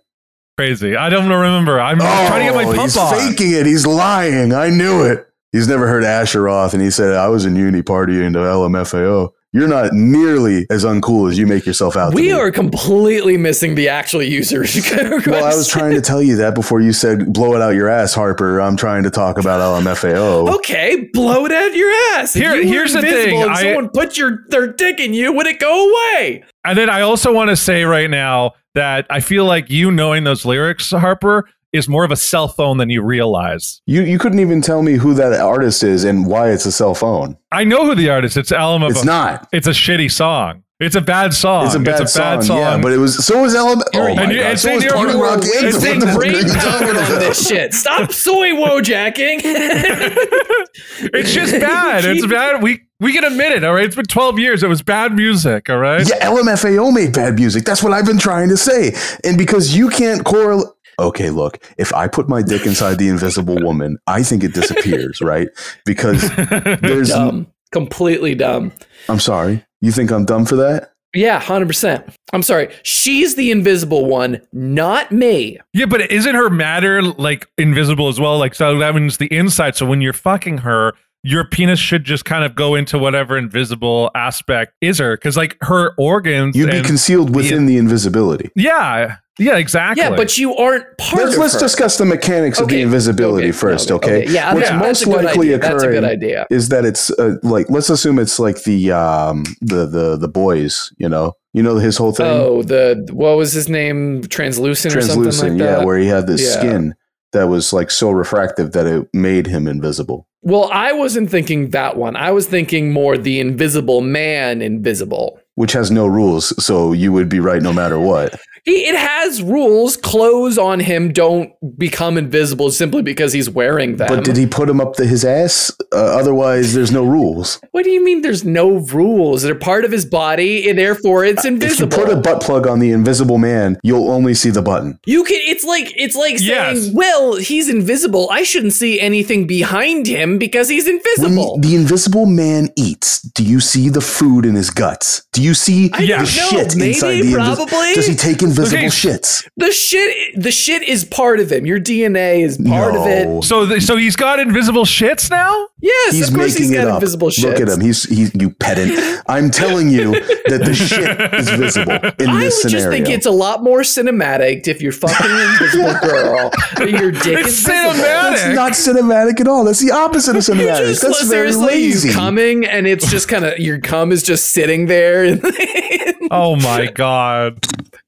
Crazy. I don't remember. I'm trying to
Oh,
get my pump
Oh, he's
on.
faking it. He's lying. I knew it. He's never heard Asher Roth, and he said, "I was in uni partying to LMFAO." You're not nearly as uncool as you make yourself out.
we
to be.
are completely missing the actual user. [laughs]
Well, I
[laughs]
was trying to tell you that before you said "blow it out your ass," Harper. I'm trying to talk about LMFAO.
Okay, blow it out of your ass. If
Here-
you were
here's the
invisible
thing,
And
I-
someone put your their dick in you, would it go away?
And then I also want to say right now that I feel like you knowing those lyrics, Harper, is more of a cell phone than you realize.
You you couldn't even tell me who that artist is and why it's a cell phone.
I know who the artist. It's Alamo.
It's not.
It's a shitty song. It's a bad song.
It's a bad, song, Yeah, but it was so was LM. Oh my
And you-
god!
and
So
then
was
you're-
Party
you were
Rock
It's
Anthem.
been
What the fuck are
great
you talking
covered on
about? [laughs]
this shit. Stop soy [laughs] wojacking.
it's
[laughs]
just bad. It's bad. We we can admit it. All right. It's been 12 years. It was bad music. All right.
Yeah, LMFAO made bad music. That's what I've been trying to say. And because you can't correlate. Okay, look, if I put my dick inside the invisible woman, I think it disappears, right?
[laughs]
Because there's.
dumb. Completely dumb.
I'm sorry. You think I'm dumb for that?
Yeah, 100%. I'm sorry. She's the invisible one, not me.
[laughs] Yeah, but isn't her matter like invisible as well? Like so that means the inside. So when you're fucking her, your penis should just kind of go into whatever invisible aspect is her, because like her organs.
You'd be
and-
concealed within the invisibility.
yeah, yeah, exactly.
Yeah, but you aren't part
Let's,
of
let's
her.
discuss the mechanics of the
Okay,
invisibility
okay,
first,
no,
okay?
Yeah,
What's
yeah,
most
that's a good
likely
idea. That's a good
occurring
idea.
is that it's uh, like let's assume it's like the um the the the boys, you know, you know his whole thing.
Oh, the what was his name? Translucent, or something
translucent,
like
yeah,
that.
where he had this
Yeah.
skin that was like so refractive that it made him invisible.
well, I wasn't thinking that one. I was thinking more the invisible man, invisible.
Which has no rules, so you would be right no matter
[laughs]
what.
He, it has rules. Clothes on him don't become invisible simply because he's wearing them.
But did he put him up to his ass? Uh, otherwise, there's no rules.
what do you mean? There's no rules. They're part of his body, and therefore it's
If you
invisible.
put a butt plug on the invisible man, you'll only see the button.
You can. It's like it's like
Yes.
saying, "Well, he's invisible. I shouldn't see anything behind him because he's
When
invisible."
the invisible man eats, do you see the food in his guts? Do you see
I
the
don't know,
shit
maybe,
inside the invisible?
probably.
Does he take in invisible
Okay.
shits.
The shit, the shit is part of him. Your DNA is part of it.
No.
So, th- so he's got invisible shits now.
Yes,
He's
of course
making
he's got
it up.
invisible shit.
Look at him. He's he, you pedant. I'm telling you that the shit is visible in
I would
this
just
scenario.
think it's a lot more cinematic if you're fucking an
[laughs]
invisible girl. and Your dick
It's
is visible.
cinematic.
That's not cinematic at all. That's the opposite of
[laughs] You
cinematic.
just
That's very
seriously,
lazy.
you coming, and it's just kind of your cum is just sitting there. [laughs]
Oh my god!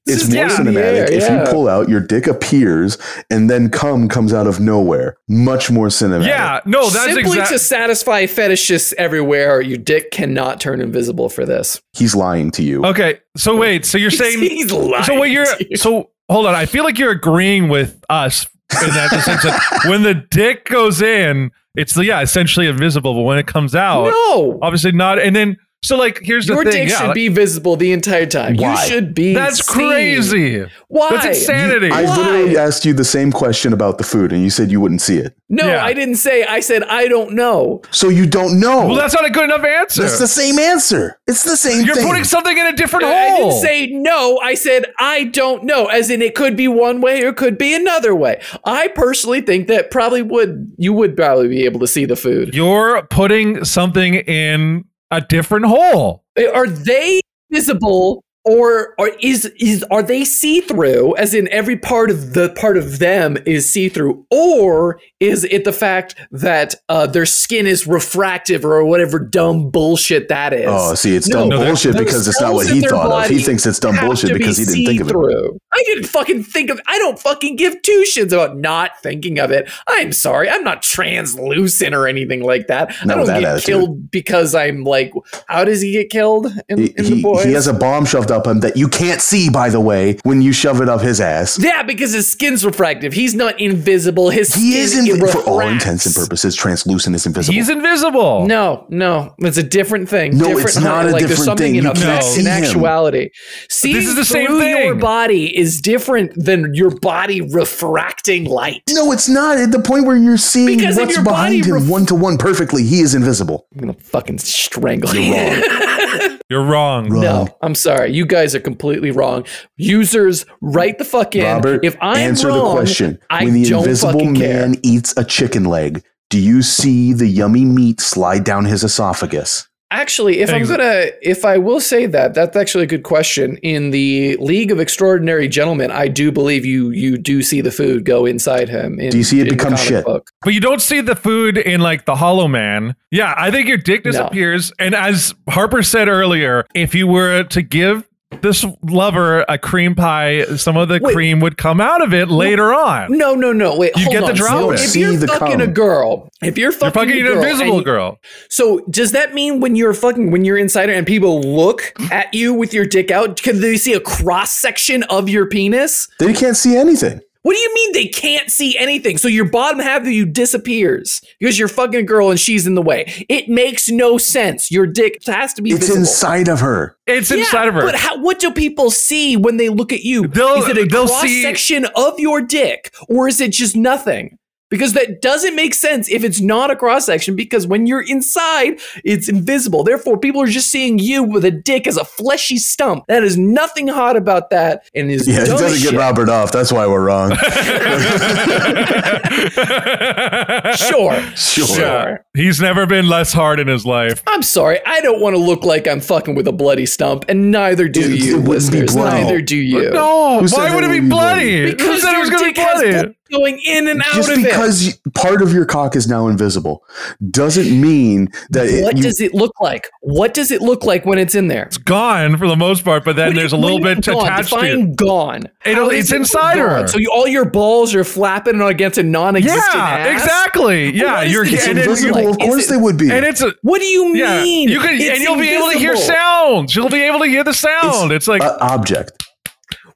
It's
Just
more
down
cinematic
here,
if
yeah.
you pull out, your dick appears, and then cum comes out of nowhere. Much more cinematic.
Yeah, no, Oh, that's
Simply
exactly.
to satisfy fetishists everywhere, your dick cannot turn invisible for this.
He's lying to you.
Okay, so wait, so
[laughs]
you're saying
he's lying.
so what you're
to you.
so hold on i feel like you're agreeing with us in that the sense that when the dick goes in it's yeah essentially invisible but when it comes out
no,
obviously not and then so like here's
your
oh, the thing
dick
yeah,
should
like,
be visible the entire time.
Why?
You should be.
that's
seen.
crazy
Why?
that's insanity
I
Why?
literally asked you the same question about the food, and you said you wouldn't see it.
No,
Yeah.
I didn't say. I said I don't know.
So you don't know.
well that's not a good enough answer
Oh. That's the same answer. It's the same
you're
thing.
putting something in a different
I
hole
didn't say no. I said I don't know, as in it could be one way or it could be another way. I personally think that probably would you would probably be able to see the food.
you're putting something in a different hole
Are they visible or or is is are they see through? As in every part of the part of them is see through, or is it the fact that uh, their skin is refractive or whatever dumb bullshit that is?
Oh, see, it's
No,
dumb
no, they're-
bullshit
they're
because it's not what
cells in
he
their
thought of. He
body
thinks it's dumb
have
bullshit
to be
because he didn't
see
think of it.
through. I didn't fucking think of. I don't fucking give two shits about not thinking of it. I'm sorry. I'm not translucent or anything like that.
Not
I don't
with that
get
attitude.
killed because I'm like. How does he get killed in,
He,
in
he-
the boys?
he has a bomb shoved up him that you can't see, by the way, when you shove it up his ass.
yeah, because his skin's refractive. He's not invisible. His
He is,
skin
in,
refracts.
for all intents and purposes, translucent is invisible.
he's invisible
No, no, it's a different thing.
No,
different
it's not a
like
different
there's something
thing.
in
You
effect,
can't
in
see him.
actuality. See,
is the same
through your
thing.
body is different than your body refracting light.
no, it's not. At the point where you're seeing
Because if
what's
your body
behind him
ref-
one to one perfectly, he is invisible.
I'm gonna fucking strangle you.
you're
[laughs]
wrong
Wrong.
no, I'm sorry. You guys are completely wrong. Users, write the fuck in.
Robert,
if I'm
answer
wrong,
the question.
I
when the
don't
invisible
fucking
man
care.
eats a chicken leg, do you see the yummy meat slide down his esophagus?
Actually, if
Ex-
I'm gonna, if I will say that, that's actually a good question. In the League of Extraordinary Gentlemen, I do believe you you do see the food go inside him. in-
Do you see it
in the
become
comic
shit?
book.
But you don't see the food in like the Hollow Man. Yeah, I think your dick
No.
disappears. And as Harper said earlier, if you were to give this lover a cream pie, some of the
Wait.
cream would come out of it later on.
No, no, no. Wait,
You
hold
get the
on.
drop
So
it.
if
See
you're
the
fucking a
cum.
girl, if you're
You're
fucking,
fucking
a
an
girl
invisible
and-
girl.
So does that mean when you're fucking when you're insider and people look at you with your dick out, can they see a cross section of your penis?
They can't see anything.
What do you mean they can't see anything? So your bottom half of you disappears because you're fucking a girl and she's in the way. It makes no sense. Your dick has to be
It's
visible.
inside of her.
It's
Yeah,
inside of her.
But how, what do people see when they look at you?
They'll-
is it a
they'll
cross
see-
section of your dick, or is it just nothing? Because that doesn't make sense if it's not a cross section. Because when you're inside, it's invisible. Therefore, people are just seeing you with a dick as a fleshy stump. That is nothing hot about that, and is
Yeah, it
dumb
doesn't
shit.
get Robert off. That's why
[laughs]
we're wrong.
[laughs]
Sure,
Sure.
Yeah. He's never been less hard in his life.
I'm sorry. I don't want to look like I'm fucking with a bloody stump, and neither do
It- it
you,
wouldn't be
listeners.
bloody.
Neither do you.
No,
Who said
why
it
would it be
would be bloody?
bloody? Who
because
said it was
your
going
dick
to be
has
bloody?
blood going in and out
Just
of it.
because y- part of your cock is now invisible doesn't mean that it,
what
you-
does it look like? What does it look like when it's in there?
It's gone for the most part, but then
When
there's
it-
a little
when
bit
it's gone,
attached to it.
define gone.
It'll-
How is
it's
it
inside her.
gone? So you, all your balls are flapping against a non-existent
Yeah,
ass?
exactly. Yeah,
What is
you're
this
it's
and it-
invisible.
like,
of
is
course
it-
they would be.
and it's a
What do you
yeah.
mean?
You can and
It's
you'll be able to hear
invisible.
sounds. You'll be able to hear the sound. It's, like
an object.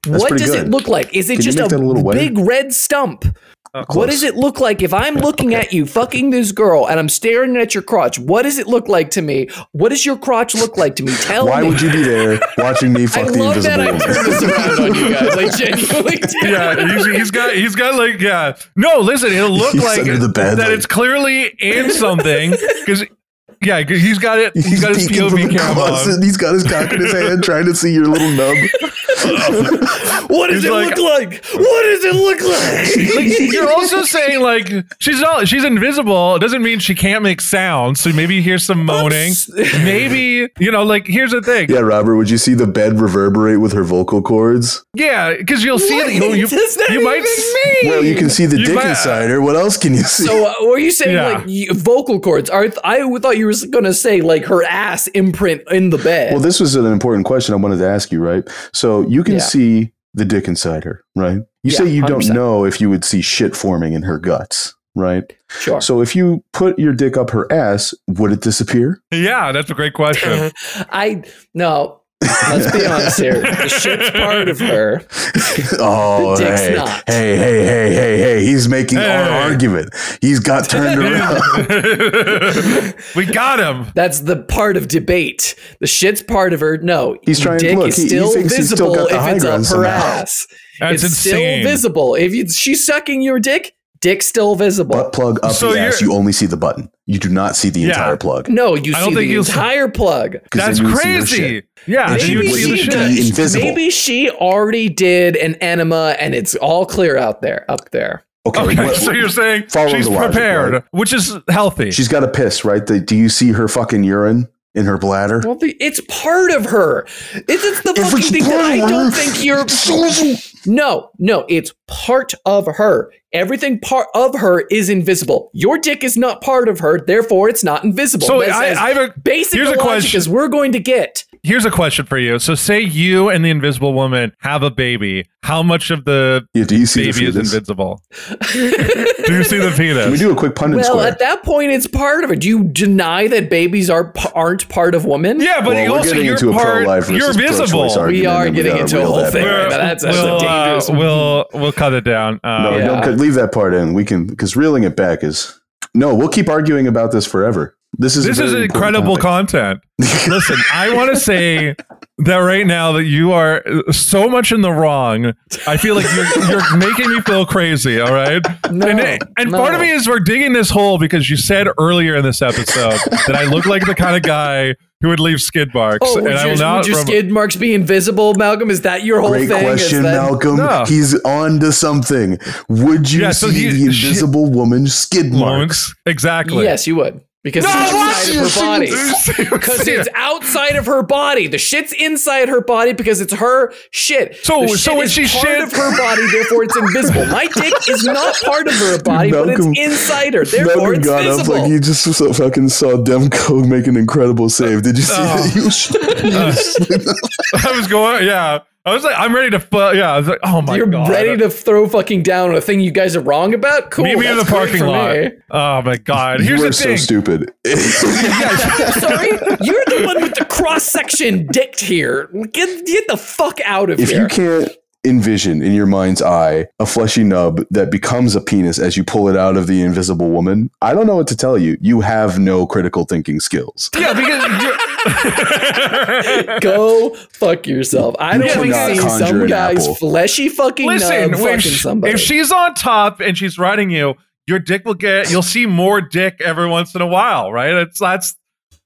That's
What
pretty
does
good.
it look like? Is it
Can you
just
make
a,
that a little wetter?
big red stump?
Close.
Uh,
What does it look like if I'm looking at you fucking this girl and I'm staring at your crotch? What does it look like to me? What does your crotch look like to me? Tell
Why
me.
would
[laughs]
you be there watching me
I
fuck the
love that
invisible
I turned
woman?
this [laughs] around on you guys.
[laughs]
I genuinely did.
yeah, he's, he's got he's got like yeah. No, listen,
[laughs]
it'll look
He's
like
under the bed,
that.
like-
it's clearly in something because yeah,
[laughs]
'cause he's got it. he's got his
peeking from
POV
the
camera. on.
closet. He's got his cock in his hand, trying to see your little nub.
what does
He's
it
like-
look like? What does it
[laughs]
look like?
Like, [laughs] you're also saying like she's not she's invisible. It doesn't mean she can't make sounds. So maybe you hear some moaning. Maybe you know, like here's the thing.
Yeah, Robert, would you see the bed reverberate with her vocal cords?
Yeah, because you'll see that you, you,
Does that
you might
even
s-
mean?
Well, you can see the
You
dick
might-
inside her. What else can you see?
[laughs] So, uh, were you saying
Yeah.
like y- vocal cords? I, th- I thought you were going to say like her ass imprint in the bed.
well, this was an important question I wanted to ask you, right? So you can
Yeah.
see the dick inside her, right? You say
Yeah,
you don't
100%.
know if you would see shit forming in her guts, right?
sure.
So if you put your dick up her ass, would
[laughs]
it disappear?
Yeah, that's a great
Uh-huh.
[laughs] question.
[laughs] I no. Let's be honest here. The shit's part of her.
[laughs] Oh,
The dick's
hey,
not.
hey, hey, hey, hey, hey! He's making
Hey.
our argument.
[laughs]
He's got turned around.
we got him.
That's the part of debate. The shit's part of her. No,
He's
your
trying to
dick
look.
is
He- he
still
thinks he's still
visible
got the high
if it's up
ground
her
somehow.
ass.
That's
it's
insane.
still visible. If you, she's sucking your dick, dick's still visible.
Butt plug up
So
the ass.
you're-
You only see the button. You do not see the
Yeah.
entire plug.
no, you
I don't
see
think
the
you'll-
entire plug.
'cause
That's
then you would see her
crazy.
shit.
Yeah,
And
you
Maybe
would
would
see
she,
the
be
shit.
does-
invisible.
maybe she already did an enema and it's all clear out there up there.
Okay,
Okay, [laughs]
what-
so you're saying
follow
she's
the logic,
prepared,
right?
which is healthy.
she's got a piss, right? The, do you see her fucking urine in her bladder?
Well, the, it's part of her. It's, it's the
If
fucking
it's
thing
part
that I
of her,
don't think you're.
So is it-
No, no, it's part of her. Everything part of her is invisible. Your dick is not part of her, therefore it's not invisible.
so
That's as
I, I have a
basic
here's
the
a
logic
question.
as we're going to get.
here's a question for you. So say you and the Invisible Woman have a baby. How much of the
Yeah, do you see the
baby is
fetus?
[laughs]
invisible? Do you see the penis?
Can we do a quick pundit
well,
square?
at that point, it's part of it. Do you deny that babies are aren't part of women?
yeah, but
Well,
you
we're
also
getting
you're
into a
part.
pro-life versus
You're
pro-choice
visible.
argument.
We are
and we
getting
gotta
into a
reel
whole
that
thing
back.
right now. That's, that's
we'll,
a
uh,
dangerous one.
we'll we'll cut it down. Uh,
no,
yeah.
don't cut, leave that part in. We can because reeling it back is no. We'll keep arguing about this forever. This is a
This is
very important
incredible
topic. [laughs]
content. Listen, I want to say that right now that you are so much in the wrong. I feel like you're, you're making me feel crazy. All right,
No,
and, and part of
no.
me is we're digging this hole because you said earlier in this episode that I look like the kind of guy who would leave skid marks,
Oh,
and
would
I
your,
will not.
would your
rem-
skid marks be invisible, Malcolm? Is that your whole
Great
thing? Is
question,
that-
Malcolm.
No.
He's on to something. Would you
Yeah, so
see
he-
the
she-
invisible woman skid marks?
exactly.
Yes, you would. Because
No,
it's
what?
outside of her
[laughs]
body. Because it's outside of her body. The shit's inside her body because it's her shit.
So-
The
so
shit
when
is
she
part
shit-
of her body, therefore it's invisible. My dick is not part of her body,
Malcolm-
but it's inside her. Therefore
Malcolm
it's
got up
visible.
like you just so fucking saw Demko make an incredible save. Did you see
Oh.
that? [laughs] He
[laughs]
was-
I was going. Yeah, I was like, I'm ready to. Fu- yeah, I was like, oh my
You're
god,
ready to throw fucking down on a thing you guys are wrong about? Cool.
Meet me in the
that's great
parking
for
lot.
me. [laughs]
Oh my god!
you
Here's
were
the
so
thing.
[laughs] stupid.
I'm sorry, you're the one with the cross section dicked here. Get get the fuck out of
if
here.
you can't envision in your mind's eye a fleshy nub that becomes a penis as you pull it out of the invisible woman, I don't know what to tell you. You have no critical thinking skills.
yeah, because
[laughs]
you're-
Go fuck yourself. I
You
don't want
cannot
to see
conjure
some
an
guy's
apple.
fleshy fucking
listen.
nub fucking
If, sh-
somebody.
if she's on top and she's riding you, your dick will get. You'll see more dick every once in a while, right? It's that's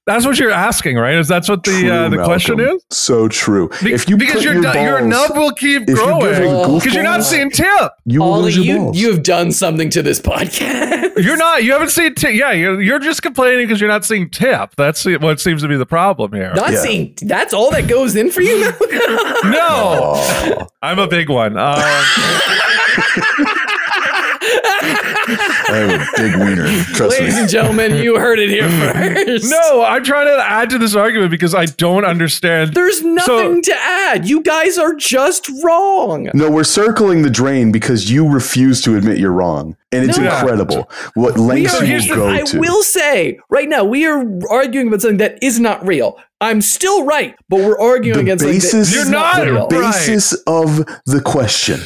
that's what you're asking, right? Is that's what the uh, the
True,
question
Malcolm.
is?
So true.
Be-
if you
because
put
your
your,
du- your
balls-
nub will keep
if you give
growing
a
because you're not
goofball-
seeing tip.
you will
Ollie,
lose your
you
balls.
you have done something to this podcast. [laughs]
You're not. You haven't seen tip. Yeah, you're, you're just complaining because you're not seeing tip. That's the- what seems to be the
[laughs]
problem here.
Not
Yeah.
seeing that's all that goes in for you. [laughs]
[laughs]
Malcolm?
no,
Aw,
I'm a big one.
[laughs]
Um,
I have a big wiener. Trust
Ladies
me.
and gentlemen, you heard it
[laughs]
here first.
No, I'm trying to add to this argument because I don't understand.
There's nothing to add. You guys are just wrong.
No, we're circling the drain because you refuse to admit you're wrong, and it's
No. Yeah.
incredible what
We
lengths
are,
you
here's the-
go
I
to.
will say right now, we are arguing about something that is not real. I'm still right, but we're arguing
The
against something that
basis-
is
You're
not,
not
real.
right.
Basis of the question.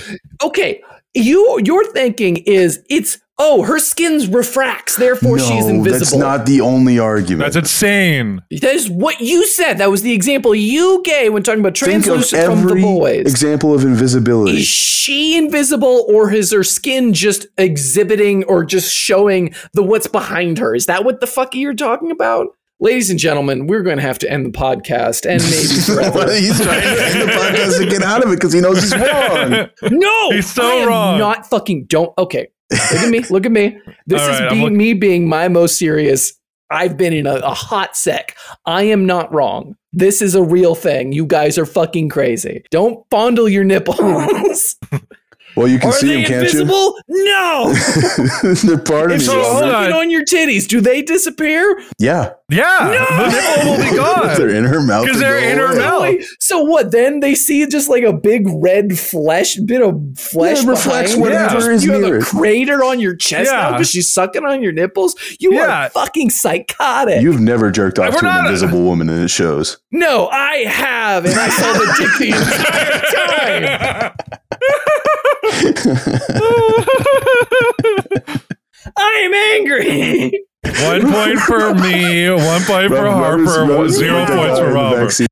Okay, you your thinking is it's oh her skin's refracts, therefore she's invisible.
That's not the only argument.
That's insane.
That is what you said. That was the example you gave when talking about
Think of
translucent from the
every
boys.
example of invisibility.
is she invisible or is her skin just exhibiting or just showing the what's behind her? Is that what the fuck you're talking about? ladies and gentlemen, we're going to have to end the podcast
[laughs]
and maybe forever.
He's trying
[laughs]
to end the podcast to get out of it because he knows he's wrong.
no,
He's so
I am
wrong.
Not fucking don't. Okay, look at me. Look at me. This
All
is
right, I'm
being
look-
me being my most serious. I've been in a, a hot sec. I am not wrong. This is a real thing. You guys are fucking crazy. Don't fondle your [laughs] nipples.
Well, you can
are
see
they
him, can't you?
invisible? No.
[laughs] They're part of
if you
me.
so-
Robert.
hold on.
on. on your titties, do they disappear?
Yeah.
Yeah, the nipple
[laughs]
will be
they're
gone.
in her mouth.
'Cause
they
they're
go
in her
away.
mouth. No.
Really? So what? Then they see just like a big red flesh bit of flesh.
Yeah, it reflects
behind
whatever
you.
is
You have
near
a
it.
crater on your chest now
Yeah.
because she's sucking on your nipples. You
Yeah.
are fucking psychotic.
You've never jerked off
We're
to an
not-
invisible woman, and it shows.
no, I have, and I saw the dick the entire time.
[laughs]
[laughs] I am angry.
[laughs] one point for me, one point for
Robert-
Harper,
Robert's-
one-
Robert's
zero
got that
points
guy
for
in the
Robert.
backseat